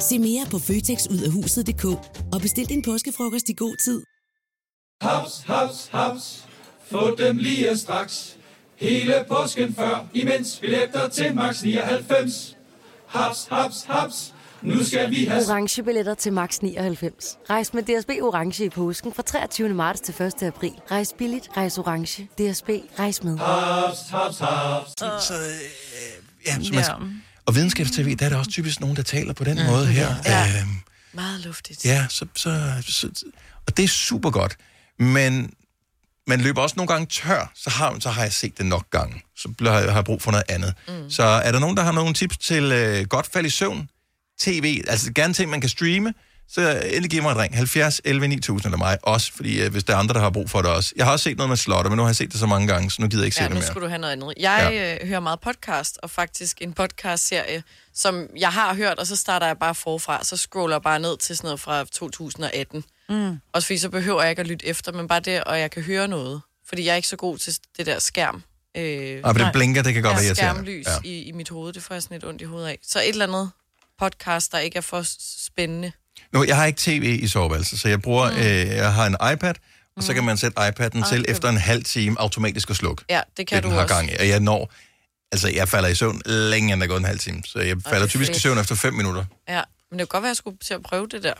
Speaker 11: Se mere på føtexudafhuset.dk og bestil din påskefrokost i god tid.
Speaker 9: Haps, haps, haps. Få dem lige straks. Hele påsken før, imens billetter til max 99. Haps, haps, haps. Nu skal vi have
Speaker 16: Orange billetter til max 99. Rejs med DSB Orange i påsken fra 23. marts til 1. april. Rejs billigt, rejs orange. DSB, rejs med.
Speaker 9: haps, haps, haps.
Speaker 1: Så, øh, ja, så man, og videnskabstv, der er der også typisk nogen, der taler på den mm, måde her.
Speaker 4: Ja.
Speaker 1: Øhm,
Speaker 4: Meget luftigt.
Speaker 1: Ja, så, så, så, og det er super godt. Men man løber også nogle gange tør, så har, så har jeg set det nok gange. Så bliver, jeg- har jeg brug for noget andet. Mm. Så er der nogen, der har nogle tips til øh, godt fald i søvn? TV, altså gerne ting, man kan streame, så endelig giv mig et ring. 70 11 9000 eller mig også, fordi øh, hvis der er andre, der har brug for det også. Jeg har også set noget med slotter, men nu har jeg set det så mange gange, så nu gider jeg ikke
Speaker 4: ja,
Speaker 1: se det
Speaker 4: nu
Speaker 1: mere.
Speaker 4: skulle du have noget andet. Jeg ja. øh, hører meget podcast, og faktisk en podcastserie, som jeg har hørt, og så starter jeg bare forfra, så scroller jeg bare ned til sådan noget fra 2018.
Speaker 3: Mm.
Speaker 4: Også fordi så behøver jeg ikke at lytte efter, men bare det, og jeg kan høre noget. Fordi jeg er ikke så god til det der skærm. Øh,
Speaker 1: Ah, for det
Speaker 4: nej.
Speaker 1: blinker, det kan godt
Speaker 4: ja,
Speaker 1: være irriterende.
Speaker 4: skærmlys
Speaker 1: Ja.
Speaker 4: ja. i, i mit hoved, det får jeg sådan lidt ondt i hovedet af. Så et eller andet podcast, der ikke er for s- spændende.
Speaker 1: Nu, jeg har ikke tv i soveværelset, så jeg bruger, mm. øh, jeg har en iPad, og
Speaker 4: Mm.
Speaker 1: så kan man sætte iPad'en til efter en halv time automatisk at slukke.
Speaker 4: Ja, det kan
Speaker 1: det, den
Speaker 4: du
Speaker 1: har
Speaker 4: også.
Speaker 1: gang i. Og jeg når, altså jeg falder i søvn længe, inden der er gået en halv time. Så jeg falder
Speaker 4: det er
Speaker 1: typisk i
Speaker 4: fedt.
Speaker 1: søvn efter 5 minutter.
Speaker 4: Ja, men det kunne godt være, at jeg skulle til at prøve det der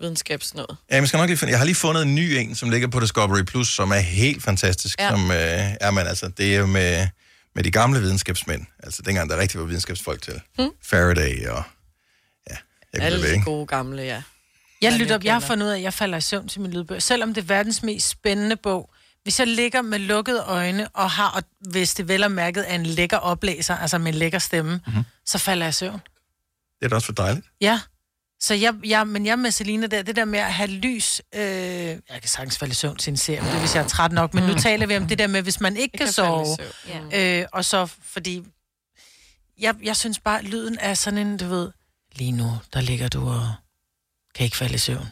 Speaker 4: videnskabsnød.
Speaker 1: Ja, men jeg, skal nok lige finde, jeg har lige fundet en ny en, som ligger på Discovery Plus, som er helt fantastisk. Ja.
Speaker 4: Ja.
Speaker 1: Som, øh, er man, altså, det er med, med de gamle videnskabsmænd. Altså dengang, der rigtig var videnskabsfolk til. Hmm. Faraday og... Ja, jeg kunne
Speaker 4: Alle
Speaker 1: blive
Speaker 4: de
Speaker 1: væk.
Speaker 4: gode gamle, ja.
Speaker 2: Jeg
Speaker 4: Ja,
Speaker 2: lytter op.
Speaker 4: det
Speaker 2: Jeg har
Speaker 4: kender.
Speaker 2: fundet ud af, at jeg falder i søvn til min lydbøger. Selvom det er verdens mest spændende bog, hvis jeg ligger med lukkede øjne og har, og hvis det vel er mærket af en lækker oplæser, altså med en lækker stemme, mm-hmm. så falder jeg i søvn.
Speaker 1: Mhm. Det er da også for dejligt.
Speaker 2: Ja. Så jeg, jeg, men jeg er med Selina der, det der med at have lys, øh, jeg kan sagtens falde i søvn til en serie, det er, hvis jeg er træt nok, men nu taler vi om Mm. det der med, hvis man ikke kan, kan sove, øh, og så fordi, jeg, jeg synes bare, at lyden er sådan en, du ved, lige nu, der ligger du og kan ikke falde i søvn.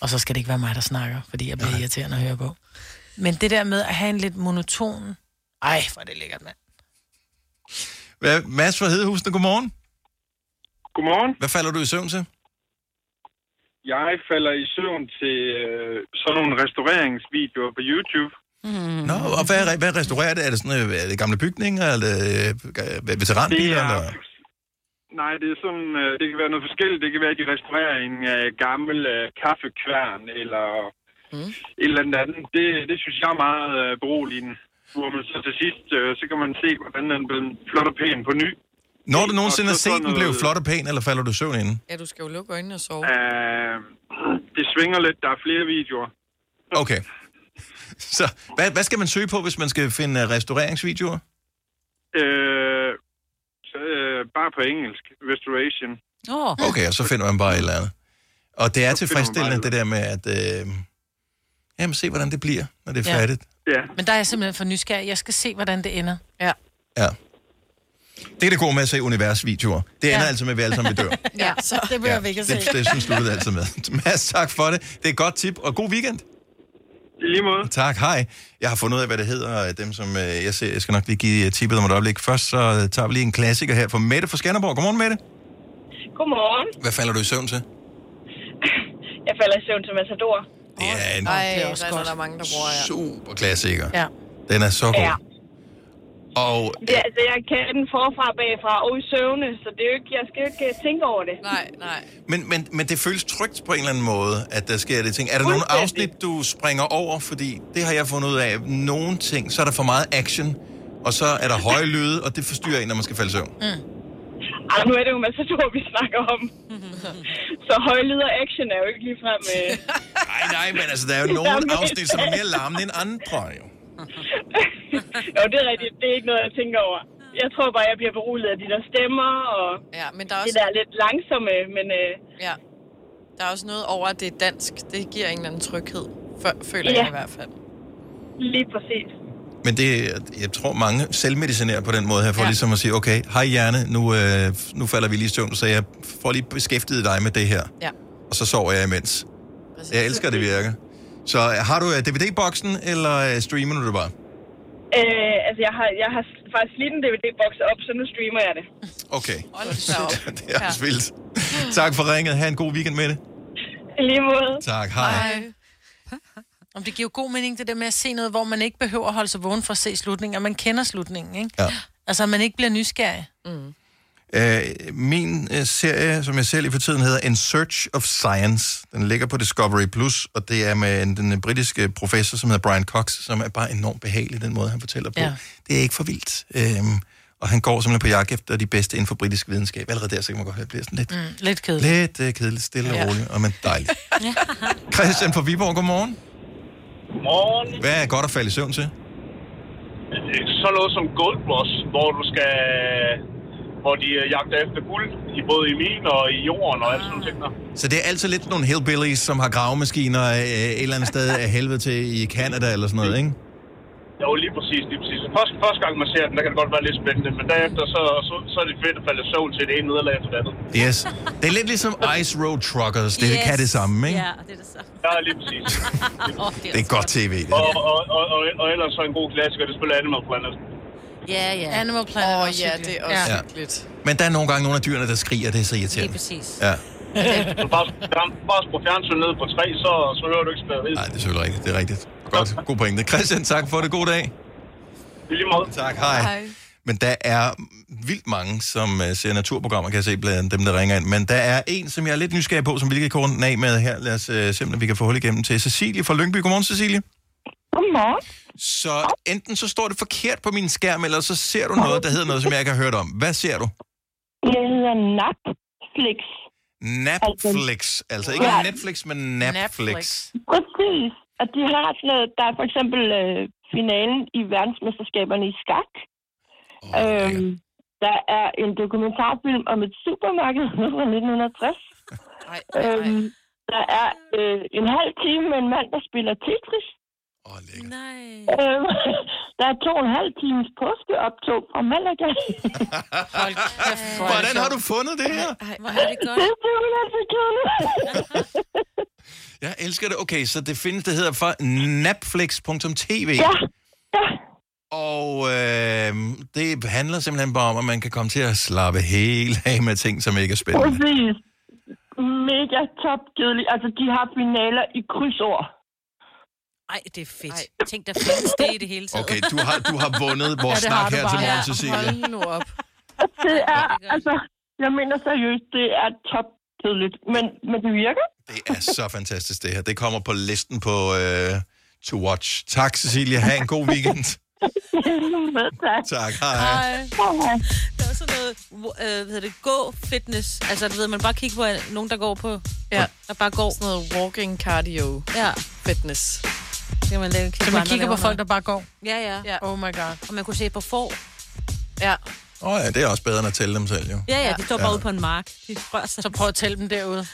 Speaker 2: Og så skal det ikke være mig, der snakker, fordi jeg bliver Nej. irriterende at høre på. Men det der med at have en lidt monoton... Ej, hvor er det lækkert, mand.
Speaker 1: Hvad, Mads fra Hedehusene, godmorgen.
Speaker 21: Godmorgen.
Speaker 1: Hvad falder du i søvn til?
Speaker 21: Jeg falder i søvn til øh, sådan nogle restaureringsvideoer på YouTube.
Speaker 1: Mm. Nå, og hvad, er- hvad restaurerer det? Er det, sådan, øh, er det gamle bygninger, eller øh, veteranbiler?
Speaker 21: Det er-
Speaker 1: Eller?
Speaker 21: Nej, det er sådan, øh, det kan være noget forskelligt. Det kan være, at de restaurerer en øh, gammel øh, kaffekværn, eller mm. et eller andet andet. Det, det synes jeg er meget øh, beroligende. Hvor man så til sidst, øh, så kan man se, hvordan den blev flot og pæn på ny.
Speaker 1: Når du nogensinde
Speaker 21: Og
Speaker 1: har
Speaker 21: så
Speaker 1: set
Speaker 21: sådan
Speaker 1: den blive
Speaker 21: noget-
Speaker 1: flot og pæn, eller falder du i søvn inden?
Speaker 4: Ja, du skal jo lukke øjnene og sove.
Speaker 21: Øh, det svinger lidt. Der er flere videoer.
Speaker 1: Okay. Så hvad, hvad skal man søge på, hvis man skal finde øh, restaureringsvideoer?
Speaker 21: Øh, så, øh, bare på engelsk. Restoration.
Speaker 1: Oh. Okay, og så finder man bare et eller andet. Og det er tilfredsstillende, det der med at... Øh, jamen, se hvordan det bliver, når det er
Speaker 2: Ja.
Speaker 1: færdigt.
Speaker 21: Ja.
Speaker 2: Men der er jeg simpelthen for nysgerrig. Jeg skal se, hvordan det ender.
Speaker 4: Ja.
Speaker 1: Ja. Det er det gode med at se universvideoer. Det ender ja. altså med, at vi alle sammen vil dø.
Speaker 2: ja, så det behøver vi ikke at se.
Speaker 1: Det, det synes du det altid med. Mads, tak for det. Det er et godt tip, og god weekend.
Speaker 21: I lige måde.
Speaker 1: Tak, hej. Jeg har fundet ud af, hvad det hedder, øh, dem som øh, jeg ser. Jeg skal nok lige give øh, tippet om et øjeblik. Først så øh, tager vi lige en klassiker her fra Mette fra Skanderborg. Godmorgen, Mette.
Speaker 19: Godmorgen.
Speaker 1: Hvad falder du i søvn til?
Speaker 19: Jeg falder i søvn til Matador.
Speaker 1: Det er en
Speaker 4: Ej, det er også godt. der er mange, der bruger, ja.
Speaker 1: super klassiker.
Speaker 2: Ja.
Speaker 1: Den er så god.
Speaker 19: Ja.
Speaker 1: Og
Speaker 19: Det, altså, jeg kan den forfra og bagfra og i søvne, så det er jo ikke, jeg skal jo ikke øh, tænke over det.
Speaker 4: Nej, nej.
Speaker 1: Men, men, men det føles trygt på en eller anden måde, at der sker det ting. Er der nogle afsnit, du springer over? Fordi det har jeg fundet ud af. Nogle ting, så er der for meget action, og så er der høje lyde, og det forstyrrer en, når man skal falde i søvn.
Speaker 19: Mm. Ej, nu er det jo Matador, vi snakker om. så højlyd og action er jo ikke ligefrem... Øh...
Speaker 1: Nej, nej, men altså, der er jo nogle afsnit, som er mere larmende end andre. Jo.
Speaker 19: jo, det er rigtigt. Det er ikke noget, jeg tænker over. Jeg tror bare, jeg bliver beroliget af de der stemmer, og
Speaker 4: ja, men der er
Speaker 19: det
Speaker 4: også-
Speaker 19: der lidt langsomme, men... Øh...
Speaker 4: Ja. Der er også noget over, at det er dansk. Det giver en eller anden tryghed, Fø- føler ja.
Speaker 19: Ja.
Speaker 4: jeg i hvert fald.
Speaker 19: Lige præcis.
Speaker 1: Men det, jeg tror, mange selvmedicinerer på den måde her, for ja. ligesom at sige, okay, hej hjerne, nu, øh, nu falder vi lige i søvn, så jeg får lige beskæftiget dig med det her.
Speaker 4: Ja.
Speaker 1: Og så sover jeg imens. Jeg elsker, det virker. Så øh, har du øh, DVD-boksen, eller øh, streamer du det bare?
Speaker 19: Øh, altså, jeg har, jeg har faktisk slidt en DVD-boks op, så nu streamer jeg det.
Speaker 1: Okay.
Speaker 4: Hold
Speaker 1: det er også vildt. Tak for ringet. Ha' en god weekend med det.
Speaker 19: I lige måde.
Speaker 1: Tak. Hej.
Speaker 2: Om det giver jo god mening, det der med at se noget, hvor man ikke behøver at holde sig vågen for at se slutningen, og man kender slutningen, ikke?
Speaker 1: Ja.
Speaker 2: Altså, at man ikke bliver nysgerrig. Mm.
Speaker 1: Øh, min øh, serie, som jeg ser lige for tiden, hedder In Search of Science. Den ligger på Discovery Plus, og det er med en, den øh, britiske professor, som hedder Brian Cox, som er bare enormt behagelig, den måde, han fortæller på. Ja.
Speaker 22: Ja.
Speaker 1: Det er ikke for vildt. Øhm, og han går simpelthen på jagt efter de bedste inden for britisk videnskab. Allerede der, så kan man godt høre, det bliver sådan lidt,
Speaker 2: Mm, lidt kedeligt.
Speaker 1: lidt øh, kedeligt, stille
Speaker 2: Ja.
Speaker 1: og roligt, og men dejligt. Christian fra Viborg, godmorgen.
Speaker 23: Godmorgen.
Speaker 1: Hvad er godt at falde i søvn til?
Speaker 23: Sådan noget som Gold Rush, hvor du skal hvor de øh, jagter efter guld, i både i min og i jorden og alt sådan nogle ting. der.
Speaker 1: Så det er altid lidt nogle hillbillies, som har gravemaskiner øh, et eller andet sted af helvede til i Canada eller sådan noget, ikke?
Speaker 23: Jo, lige præcis, lige præcis. Første, første gang, man ser den, der kan det godt være lidt spændende, men derefter, så, så, så er det fedt at falde i søvn til det ene nederlag efter det andet.
Speaker 1: Yes. Det er lidt ligesom Ice Road Truckers. Det yes. kan det samme, ikke?
Speaker 23: Ja, det er det samme. Ja, lige præcis.
Speaker 1: Altså. Det er godt tv, det.
Speaker 23: og, og, og, og, og ellers så en god klassiker, det spiller Animal Planet.
Speaker 2: Ja, ja. Animal Planet
Speaker 4: Åh,
Speaker 2: er også
Speaker 4: ja,
Speaker 2: hyggelig.
Speaker 4: det er også
Speaker 1: Ja.
Speaker 4: hyggeligt.
Speaker 1: Men der er nogle gange nogle af dyrene, der skriger, det er så irriterende.
Speaker 2: Lige præcis.
Speaker 1: Ja,
Speaker 23: Så bare, bare på fjernsyn ned på tre, så, så hører du ikke spæret
Speaker 1: Nej, det er selvfølgelig rigtigt. Det er rigtigt. Godt. God pointe. Christian, tak for det. God dag. Tak, hej. hej. Men der er vildt mange, som øh, ser naturprogrammer, kan jeg se blandt dem, der ringer ind. Men der er en, som jeg er lidt nysgerrig på, som vi lige kan korte den af med her. Lad os øh, se, om vi kan få hul igennem til Cecilie fra Lyngby. Godmorgen, Cecilie.
Speaker 19: Godmorgen.
Speaker 1: Så enten så står det forkert på min skærm, eller så ser du noget, der hedder noget, som jeg ikke har hørt om. Hvad ser du?
Speaker 19: Jeg hedder Netflix.
Speaker 1: Napflix. Altså ikke
Speaker 19: Ja.
Speaker 1: Netflix, men Napflix.
Speaker 19: Præcis. Og de har sådan noget, der er for eksempel øh, finalen i verdensmesterskaberne i skak. Oh, øhm, der er en dokumentarfilm om et supermarked fra 1960. Ej, ej, ej. Øhm, der er øh, en halv time med en mand, der spiller Tetris. Åh, oh, øhm, Der er to og en halv times påskeoptog fra Malaga.
Speaker 1: Hold kæft, Hvordan har du fundet det her?
Speaker 19: Hvor er det godt. Det er simpelthen så kedeligt.
Speaker 1: Jeg elsker det. Okay, så det findes, det hedder for napflix.tv.
Speaker 19: Ja, ja.
Speaker 1: Og øh, det handler simpelthen bare om, at man kan komme til at slappe helt af med ting, som ikke er spændende.
Speaker 19: Præcis. Mega top kedelig. Altså, de har finaler i krydsord.
Speaker 3: Ej, det er fedt. Ej. Tænk, der findes det i det hele taget.
Speaker 1: Okay, du har, du har vundet vores
Speaker 19: Ja, det
Speaker 1: snak
Speaker 19: har du
Speaker 1: her
Speaker 19: bare.
Speaker 1: til morgen,
Speaker 19: Ja,
Speaker 1: Cecilie.
Speaker 19: hold
Speaker 4: Nu op.
Speaker 19: Det er, altså, jeg mener seriøst, det er top kedeligt. Men, men det virker.
Speaker 1: Det er så fantastisk, det her. Det kommer på listen på øh, To Watch. Tak, Cecilie. Ha' en god weekend.
Speaker 19: tak.
Speaker 1: Tak, hej.
Speaker 3: Der er også sådan noget, øh, hvad hedder det, gå fitness. Altså, du ved, man bare kigger på øh, nogen, der går på,
Speaker 4: Ja.
Speaker 3: der bare går. Sådan
Speaker 4: noget walking cardio.
Speaker 3: Ja.
Speaker 4: Fitness.
Speaker 3: Det kan man lave,
Speaker 2: Så man kigger på folk, der
Speaker 3: bare går? Ja, ja, ja.
Speaker 2: Oh my god.
Speaker 3: Og man kunne se på får.
Speaker 4: Ja.
Speaker 1: Åh oh, ja, det er også bedre end at tælle dem selv, jo.
Speaker 3: Ja, ja, de står bare ude på en mark. De rører sig.
Speaker 2: Så prøv at tælle dem derude.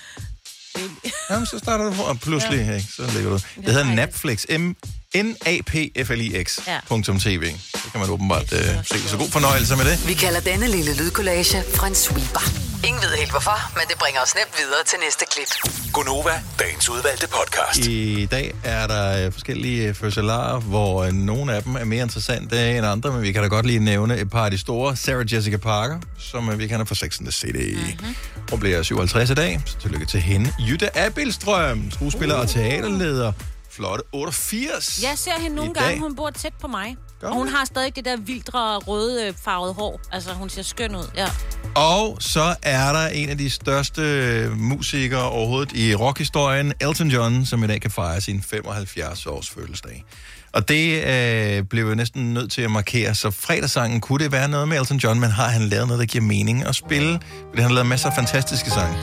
Speaker 1: Jamen, så starter du for, og pludselig, ja. ikke, så ligger du. Det hedder Napflix. M n a p f l i x
Speaker 16: Ja.
Speaker 1: .tv. Det kan man åbenbart øh, se. Så god fornøjelse med det.
Speaker 16: Vi kalder denne lille lydkollage Frans sweeper.
Speaker 24: Ingen ved helt hvorfor, men det bringer os nemt videre til næste klip.
Speaker 6: Gunova, dagens udvalgte podcast.
Speaker 1: I dag er der øh, forskellige øh, fødselarer, hvor øh, nogle af dem er mere interessante end andre, men vi kan da godt lige nævne et par af de store. Sarah Jessica Parker, som øh, vi kender fra Sex and the City. Mm-hmm. Hun bliver 57 i dag, så tillykke til hende. Jytte Abildstrøm, skuespiller og teaterleder. Flotte 88.
Speaker 3: Jeg ser hende
Speaker 1: I
Speaker 3: nogle
Speaker 1: dag.
Speaker 3: gange, hun bor tæt på mig.
Speaker 1: Gør
Speaker 3: og hun
Speaker 1: hun?
Speaker 3: har stadig det der vildre røde øh, farvede hår. Altså, hun ser skøn ud, ja.
Speaker 1: Og så er der en af de største øh, musikere overhovedet i rockhistorien, Elton John, som i dag kan fejre sin 75-års fødselsdag. Og det øh, blev jo næsten nødt til at markere, så fredagssangen kunne det være noget med Elton John, men har han lavet noget, der giver mening at spille? Fordi han har lavet masser af fantastiske sange.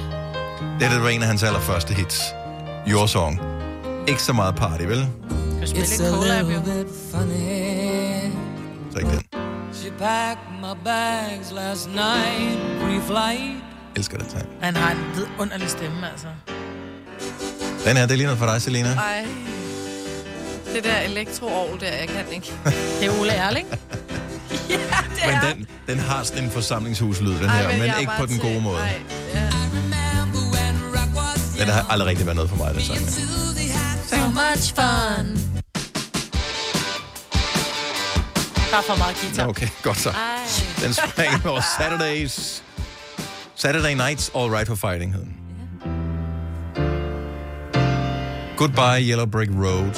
Speaker 1: Det her, det var en af hans allerførste hits. Your Song. Ikke så meget party, vel?
Speaker 5: It's a little bit funny.
Speaker 1: Så ikke den.
Speaker 5: She packed my bags last night, pre-flight.
Speaker 1: Elsker den sang.
Speaker 2: Han har en vidunderlig stemme, altså.
Speaker 1: Den her, det er lige noget for dig, Selina.
Speaker 4: Ej. Det der elektro der, jeg kan ikke.
Speaker 2: Det er Ole Erling.
Speaker 4: ja, det
Speaker 1: Men den, den har sådan en forsamlingshuslyd, den
Speaker 4: Ej,
Speaker 1: her,
Speaker 4: men
Speaker 1: men
Speaker 4: jeg er
Speaker 1: ikke på
Speaker 4: bare
Speaker 1: den gode
Speaker 4: til-
Speaker 1: måde.
Speaker 4: Ej.
Speaker 1: Den har aldrig rigtig været noget for mig, den sang. her.
Speaker 2: So much fun. Der er for meget guitar.
Speaker 1: Nå, Okay, godt så.
Speaker 2: Ej.
Speaker 1: Den springer over Saturdays. Saturday Nights All Right for Fighting hed den. Goodbye Yellow Brick Road.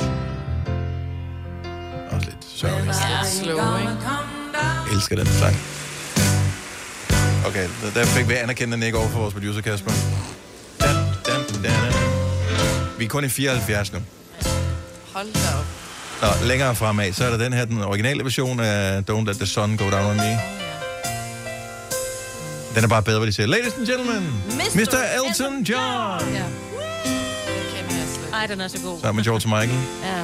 Speaker 1: Også lidt sørgeligt.
Speaker 4: Slow, ikke?
Speaker 1: Jeg elsker den sang. Okay, der- der fik vi anerkendt den ikke over for vores producer, Kasper. Dan, dan, dan, dan. Vi er kun i 74 nu.
Speaker 4: Hold da op.
Speaker 1: Nå, længere fremad, så er der den her, den originale version af Don't Let the Sun Go Down on Me. Den er bare bedre, hvad de siger. Ladies and gentlemen, Mr. Elton John!
Speaker 3: Ja. Ej, den er så god.
Speaker 1: Sammen med George Michael.
Speaker 3: Ja,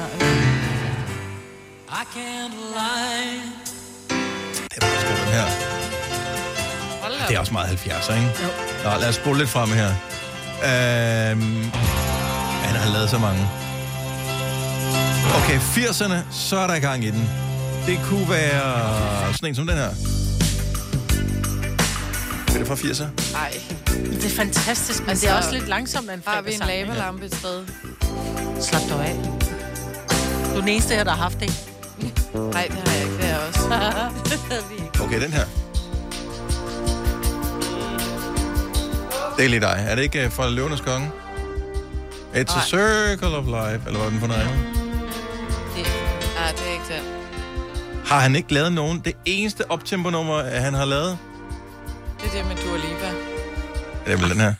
Speaker 5: I can't lie.
Speaker 1: Den her.
Speaker 4: Hold
Speaker 1: Det er også meget 70'er, ikke? Jo. Nå, lad os spole lidt frem her. Øhm, han har lavet så mange. Okay, 80'erne, så er der i gang i den. Det kunne være sådan en som den her. Er det fra 80'er?
Speaker 4: Nej.
Speaker 2: Det er fantastisk,
Speaker 4: Altså,
Speaker 2: men altså, det er også lidt langsomt, man
Speaker 4: Har vi en lavalampe et sted?
Speaker 2: Slap dig af. Du er den eneste her, der har haft det.
Speaker 4: Nej, det har jeg ikke. Det er jeg også.
Speaker 1: Okay, den her. Det er lige dig. Er det ikke øh, fra Løvenes Konge? It's a circle of life, eller hvad er den for noget andet?
Speaker 4: det, nej, det er ikke det.
Speaker 1: Har han ikke lavet nogen? Det eneste optempo-nummer, øh, han har lavet,
Speaker 4: Det er det med Dua Lipa.
Speaker 1: det er vel den her.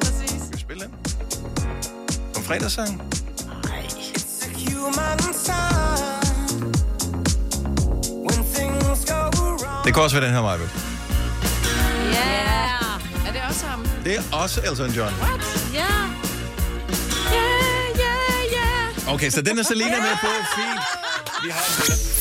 Speaker 4: Præcis.
Speaker 1: Skal vi spille den? Som fredagssang? Det kan også være den her, Michael.
Speaker 4: Yeah. Er det også ham?
Speaker 1: Det er også Elton John.
Speaker 4: What?
Speaker 3: Ja.
Speaker 4: Yeah, yeah, yeah.
Speaker 1: Okay, så den er Selina med på. Fint.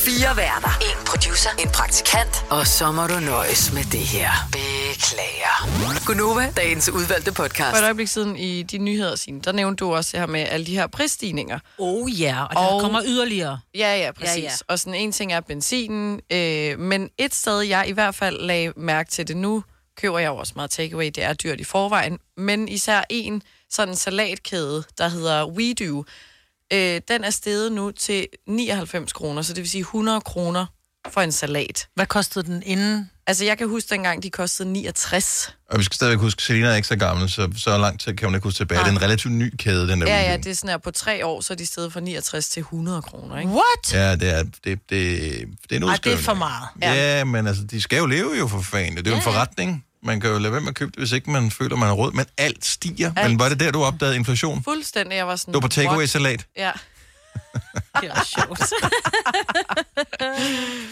Speaker 5: Fire værter. En producer. En praktikant. Og så må du nøjes med det her. Beklager. Gunova, dagens udvalgte podcast.
Speaker 4: For et øjeblik siden i de nyheder, Signe, der nævnte du også det her med alle de her prisstigninger.
Speaker 3: Oh ja, yeah, og der kommer yderligere.
Speaker 4: Ja, ja, præcis.
Speaker 3: Ja,
Speaker 4: Ja,
Speaker 3: ja.
Speaker 4: ja. Og sådan en ting er benzinen, øh, men et sted, jeg i hvert fald lagde mærke til det nu, køber jeg jo også meget takeaway, det er dyrt i forvejen, men især en sådan salatkæde, der hedder WeDo, øh, den er steget nu til 99 kroner, så det vil sige 100 kroner for en salat.
Speaker 2: Hvad kostede den inden?
Speaker 4: Altså, jeg kan huske dengang, de kostede 69.
Speaker 1: Og vi skal stadigvæk huske, Selina er ikke så gammel, så, så langt kan hun ikke huske tilbage. Det er en relativt ny kæde, den der
Speaker 4: Ja,
Speaker 1: Wii U.
Speaker 4: ja, det er sådan her, på tre år, så er de steget fra 69 til 100 kroner, ikke?
Speaker 2: What?
Speaker 1: Ja, det er, det, det, det er en
Speaker 4: Ej,
Speaker 1: udskrivning.
Speaker 4: det er for meget.
Speaker 1: Ja.
Speaker 4: Ja.
Speaker 1: ja, men altså, de skal jo leve jo for fanden. Det er jo en forretning. Man kan jo lade være med at købe det, hvis ikke man føler, man har råd. Men alt stiger. Alt. Men var det der, du opdagede inflation?
Speaker 4: Fuldstændig, jeg var sådan...
Speaker 1: Du var på
Speaker 4: what?
Speaker 1: takeaway-salat.
Speaker 4: Ja.
Speaker 3: det er sjovt.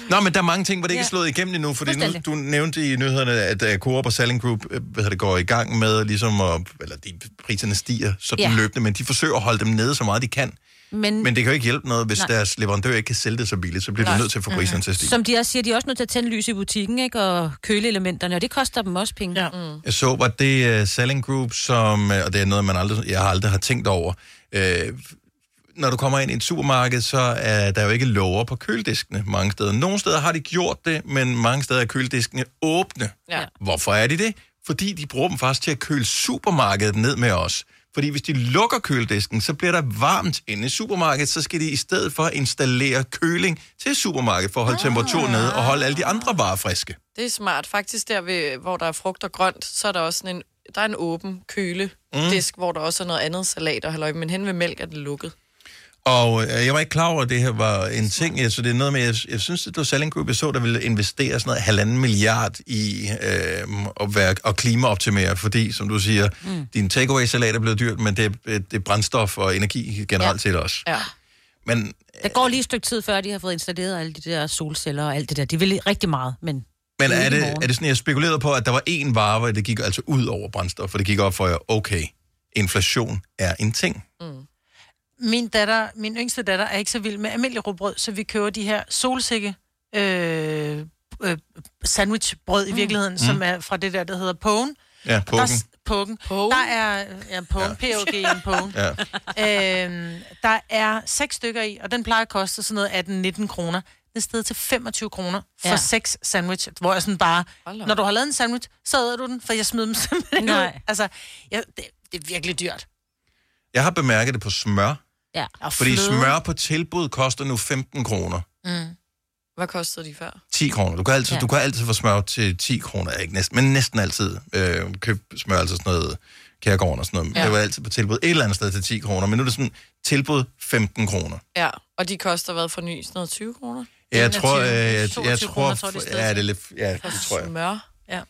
Speaker 1: Nå, men der er mange ting, hvor det ikke
Speaker 4: Ja.
Speaker 1: er slået igennem endnu, fordi nu,
Speaker 4: Fuldstændig.
Speaker 1: du nævnte i nyhederne, at uh, Coop og Salling Group uh, hvad hedder det, går i gang med, ligesom at, eller de, priserne stiger sådan
Speaker 3: Ja.
Speaker 1: ja. løbende, men de forsøger at holde dem nede så meget de kan.
Speaker 3: Men,
Speaker 1: Men det kan jo ikke hjælpe noget, hvis
Speaker 3: Nej.
Speaker 1: Nej. deres leverandør ikke kan sælge det så billigt, så bliver
Speaker 3: Nej.
Speaker 1: du nødt til at
Speaker 2: Mm.
Speaker 1: få priserne til at stige.
Speaker 3: Som de også siger, de er også nødt til at tænde lys i butikken, ikke? Og køleelementerne, og det koster dem også penge.
Speaker 2: Ja.
Speaker 3: Mm.
Speaker 1: Jeg så, var det uh, Selling Group, som, øh, og det er noget, man aldrig, jeg aldrig har tænkt over. Uh, når du kommer ind i et supermarked, så er der jo ikke låger på kølediskene mange steder. Nogle steder har de gjort det, men mange steder er kølediskene åbne.
Speaker 4: Ja.
Speaker 1: Hvorfor er de det? Fordi de bruger dem faktisk til at køle supermarkedet ned med os. Fordi hvis de lukker køledisken, så bliver der varmt inde i supermarkedet, så skal de i stedet for installere køling til supermarkedet for at holde temperaturen nede og holde alle de andre varer friske.
Speaker 4: Det er smart. Faktisk der, ved, hvor der er frugt og grønt, så er der også sådan en, der er en åben køledisk, mm. hvor der også er noget andet salat og halløj, men hen ved mælk er det lukket.
Speaker 1: Og øh, jeg var ikke klar over, at det her var en ting. Jeg, så det er noget med, jeg, jeg synes, det var Selling Group, jeg så, der ville investere sådan noget halvanden milliard i øh, at, være, at klimaoptimere, fordi, som du siger, mm. din takeaway-salat er blevet dyrt, men det, er- det er brændstof og energi generelt ja. set også.
Speaker 4: Ja.
Speaker 1: Men
Speaker 3: Ah, Der går lige et stykke tid, før de har fået installeret alle de der solceller og alt det der. De vil rigtig meget, men...
Speaker 1: Men
Speaker 3: Det er
Speaker 1: er
Speaker 3: ikke i
Speaker 1: det,
Speaker 3: morgen.
Speaker 1: er det sådan, jeg spekulerede på, at der var én vare, hvor det gik altså ud over brændstof, for det gik op for jer, okay, inflation er en ting.
Speaker 2: Min datter, min yngste datter, er ikke så vild med almindelig råbrød, så vi køber de her solsikke øh, øh, sandwichbrød i virkeligheden, mm. som
Speaker 1: Mm.
Speaker 2: er fra det der, der hedder Pogen.
Speaker 1: Ja,
Speaker 2: Og Der, er
Speaker 1: pukken.
Speaker 2: s- Pogen. Pogen. Der er... Ja, Pogen. Ja. P-O-G-N, Pogen.
Speaker 1: Ja.
Speaker 3: Mm.
Speaker 2: øhm, der er seks stykker i, og den plejer at koste sådan noget 18-19 kroner. Det er stedet til 25 kroner for
Speaker 3: Ja.
Speaker 2: ja. seks sandwich, hvor jeg sådan bare...
Speaker 3: Hold da op.
Speaker 2: Når du har lavet en sandwich, så æder du den, for jeg smider dem simpelthen ud.
Speaker 3: Nej.
Speaker 2: Altså, jeg, det, det er virkelig dyrt.
Speaker 1: Jeg har bemærket det på smør,
Speaker 3: Ja.
Speaker 2: Og
Speaker 1: fordi
Speaker 2: fløde.
Speaker 1: smør på tilbud koster nu 15 kroner.
Speaker 2: Mm.
Speaker 4: Hvad kostede de før?
Speaker 1: 10 kroner. Du kan altid,
Speaker 4: Ja.
Speaker 1: ja. du kan altid få smør til 10 kroner, ikke næsten, men næsten altid øh, køb smør, altså sådan noget kærgården og sådan noget.
Speaker 4: Ja.
Speaker 1: Ja. Det var altid på tilbud et eller andet sted til 10 kroner, men nu er det sådan tilbud 15 kroner.
Speaker 4: Ja, og de koster hvad for ny? Sådan noget 20 kroner?
Speaker 1: Ja, Jeg tror, øh,
Speaker 4: 21,
Speaker 1: jeg, jeg,
Speaker 4: 22
Speaker 1: jeg
Speaker 4: kroner,
Speaker 1: tror,
Speaker 4: tror jeg, det er
Speaker 1: ja,
Speaker 4: stedet
Speaker 1: det er lidt, ja, det
Speaker 4: For
Speaker 1: tror jeg.
Speaker 4: Smør.
Speaker 2: Ja.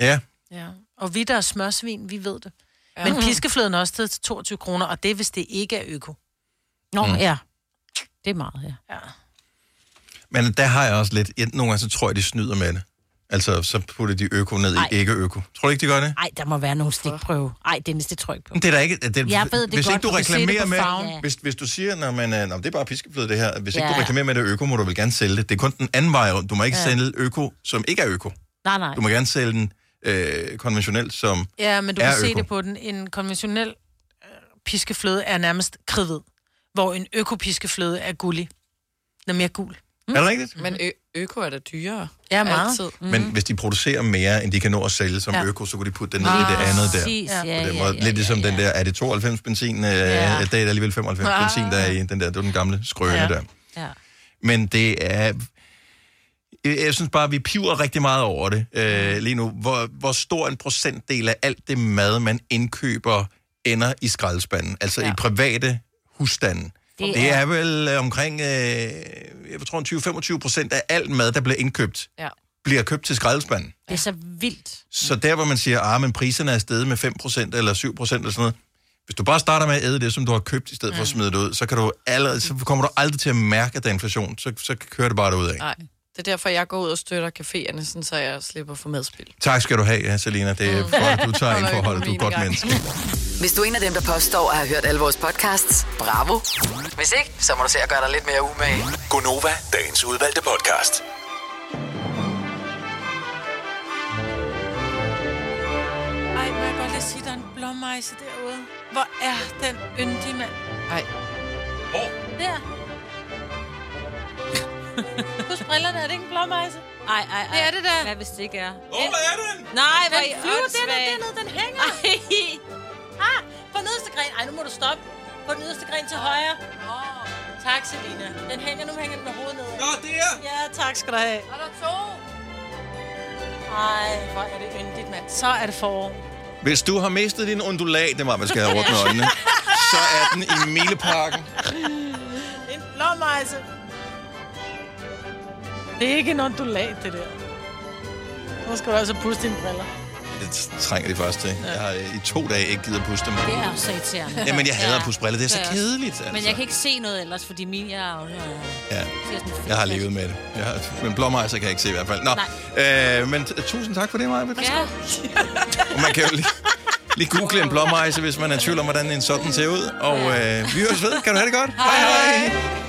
Speaker 1: Ja,
Speaker 2: Ja. Og vi, der er smørsvin, vi ved det. Ja.
Speaker 3: Mm.
Speaker 2: Men piskefløden er også stedet til 22 kroner, og det er, hvis det ikke er øko.
Speaker 3: Nå,
Speaker 1: Mm.
Speaker 3: mm. ja. Det er meget, ja.
Speaker 2: Ja.
Speaker 1: Men der har jeg også lidt... Jeg, nogle gange så tror jeg, de snyder med det. Altså, så putter de øko ned
Speaker 3: Ej.
Speaker 1: i ikke-øko. Tror du ikke, de gør det?
Speaker 3: Ej, der må være nogle stikprøve. Ej, Dennis, det tror jeg ikke på.
Speaker 1: Men Det er da ikke... Det,
Speaker 3: Jeg ved det
Speaker 1: hvis
Speaker 3: godt,
Speaker 1: ikke du
Speaker 3: du kan se det
Speaker 1: reklamerer
Speaker 3: på
Speaker 1: med...
Speaker 3: farven.
Speaker 1: Hvis, hvis du siger, når man, når det er bare piskefløde, det her. Hvis ja. ikke
Speaker 3: Ja.
Speaker 1: du reklamerer med det er øko, må du vel gerne sælge det. Det er kun den anden vej rundt. Du må ikke
Speaker 2: Ja.
Speaker 1: ja. sælge øko, som ikke er øko.
Speaker 3: Nej, nej.
Speaker 1: Du må gerne sælge den øh, konventionelt, som
Speaker 2: Ja, men du
Speaker 1: er
Speaker 2: kan se
Speaker 1: øko.
Speaker 2: det på den. En konventionel øh, piskefløde er nærmest kridhvid, hvor en økopiskefløde er gullig. Den er mere gul.
Speaker 1: Er det rigtigt?
Speaker 4: Men ø- øko er da dyrere.
Speaker 2: Ja, meget.
Speaker 4: Altid.
Speaker 1: Mm. Men hvis de producerer mere, end de kan nå at sælge som
Speaker 4: Ja.
Speaker 1: ja. øko, så kunne de putte den ned i
Speaker 4: Lige
Speaker 1: det andet der.
Speaker 4: præcis, ja,
Speaker 1: På den
Speaker 4: ja,
Speaker 1: måde.
Speaker 4: ja,
Speaker 1: Lidt ligesom den der, er det 92 benzin? Øh, ja. Det er alligevel 95
Speaker 4: Ah.
Speaker 1: benzin, der er i den der. Det var den gamle skrøne
Speaker 4: Ja.
Speaker 1: der.
Speaker 3: Ja.
Speaker 1: Men det er... Jeg jeg synes bare, vi piver rigtig meget over det øh, lige nu. Hvor, hvor stor en procentdel af alt det mad, man indkøber, ender i skraldespanden. Altså ja. i private husstande.
Speaker 10: Det
Speaker 1: Det, det
Speaker 10: er-
Speaker 1: er vel øh, omkring, øh, jeg tror, 20-25 procent af alt mad, der bliver indkøbt,
Speaker 4: Ja.
Speaker 1: bliver købt til skraldespanden.
Speaker 3: Det er så vildt.
Speaker 1: Så der, hvor man siger, at ah, men priserne er steget med 5% eller 7% eller sådan noget, hvis du bare starter med at æde det, som du har købt, i stedet for at
Speaker 3: Mm.
Speaker 1: smide det ud, så, kan du allerede, så kommer du aldrig til at mærke, at der er inflation. Så, så kører det bare derud af.
Speaker 4: Nej. Det er derfor, jeg går ud og støtter caféerne, sådan, så jeg slipper for medspil.
Speaker 1: Tak skal du have, ja, Selina. Det
Speaker 3: Mm.
Speaker 1: er for, at du tager ind for holdet. Du er et godt menneske.
Speaker 8: Hvis du er en af dem, der påstår at have hørt alle vores podcasts, bravo. Hvis ikke, så må du se at gøre dig lidt mere umage.
Speaker 13: Gonova, dagens udvalgte podcast.
Speaker 2: Ej, må jeg godt lige sige, der er en blåmejse derude. Hvor er den yndige mand?
Speaker 4: Ej.
Speaker 1: Hvor?
Speaker 2: Der. Husk brillerne, er det ikke en blåmejse?
Speaker 3: Ej, ej, ej.
Speaker 2: Det er det der.
Speaker 3: Hvad hvis det ikke er?
Speaker 1: Hvor er den?
Speaker 3: Nej, hvor
Speaker 2: den
Speaker 3: er I
Speaker 2: flyver
Speaker 3: åndssvage.
Speaker 2: dernede, dernede, den hænger. Ej. Ah, på nederste gren. Ej, nu må du stoppe. På den nederste gren til højre. Oh. Tak, Selina. Den hænger, nu hænger den med hovedet ned.
Speaker 1: Nå, det er.
Speaker 2: Ja, tak skal du have.
Speaker 4: Og der er to.
Speaker 2: Ej, hvor er det yndigt, mand. Så er det forår.
Speaker 1: Hvis du har mistet din undulat, det var, man skal have ordnet øjnene, så er den i Mileparken.
Speaker 2: en blåmejse. Det er ikke en ondulat, det der. Nu skal du altså puste dine briller.
Speaker 1: Det trænger de faktisk til. Jeg har øh, i to dage ikke givet at puste dem.
Speaker 3: Det er også irriterende.
Speaker 1: Jamen, jeg hader at puste briller. Det er så
Speaker 3: jeg også.
Speaker 1: kedeligt, altså.
Speaker 3: Men jeg kan ikke se noget ellers, fordi mine jeg er øh, afhørt.
Speaker 1: Ja. Jeg har levet med det. Jeg har, men blåmejser kan jeg ikke se i hvert fald. Nå, øh, men t- tusind tak for det, Maja.
Speaker 3: Ja.
Speaker 1: Og man kan jo lige, lige google en blåmejse, hvis man er i tvivl om, hvordan en sådan ser ud. Og øh, vi høres ved. Kan du have det godt? Hej hej.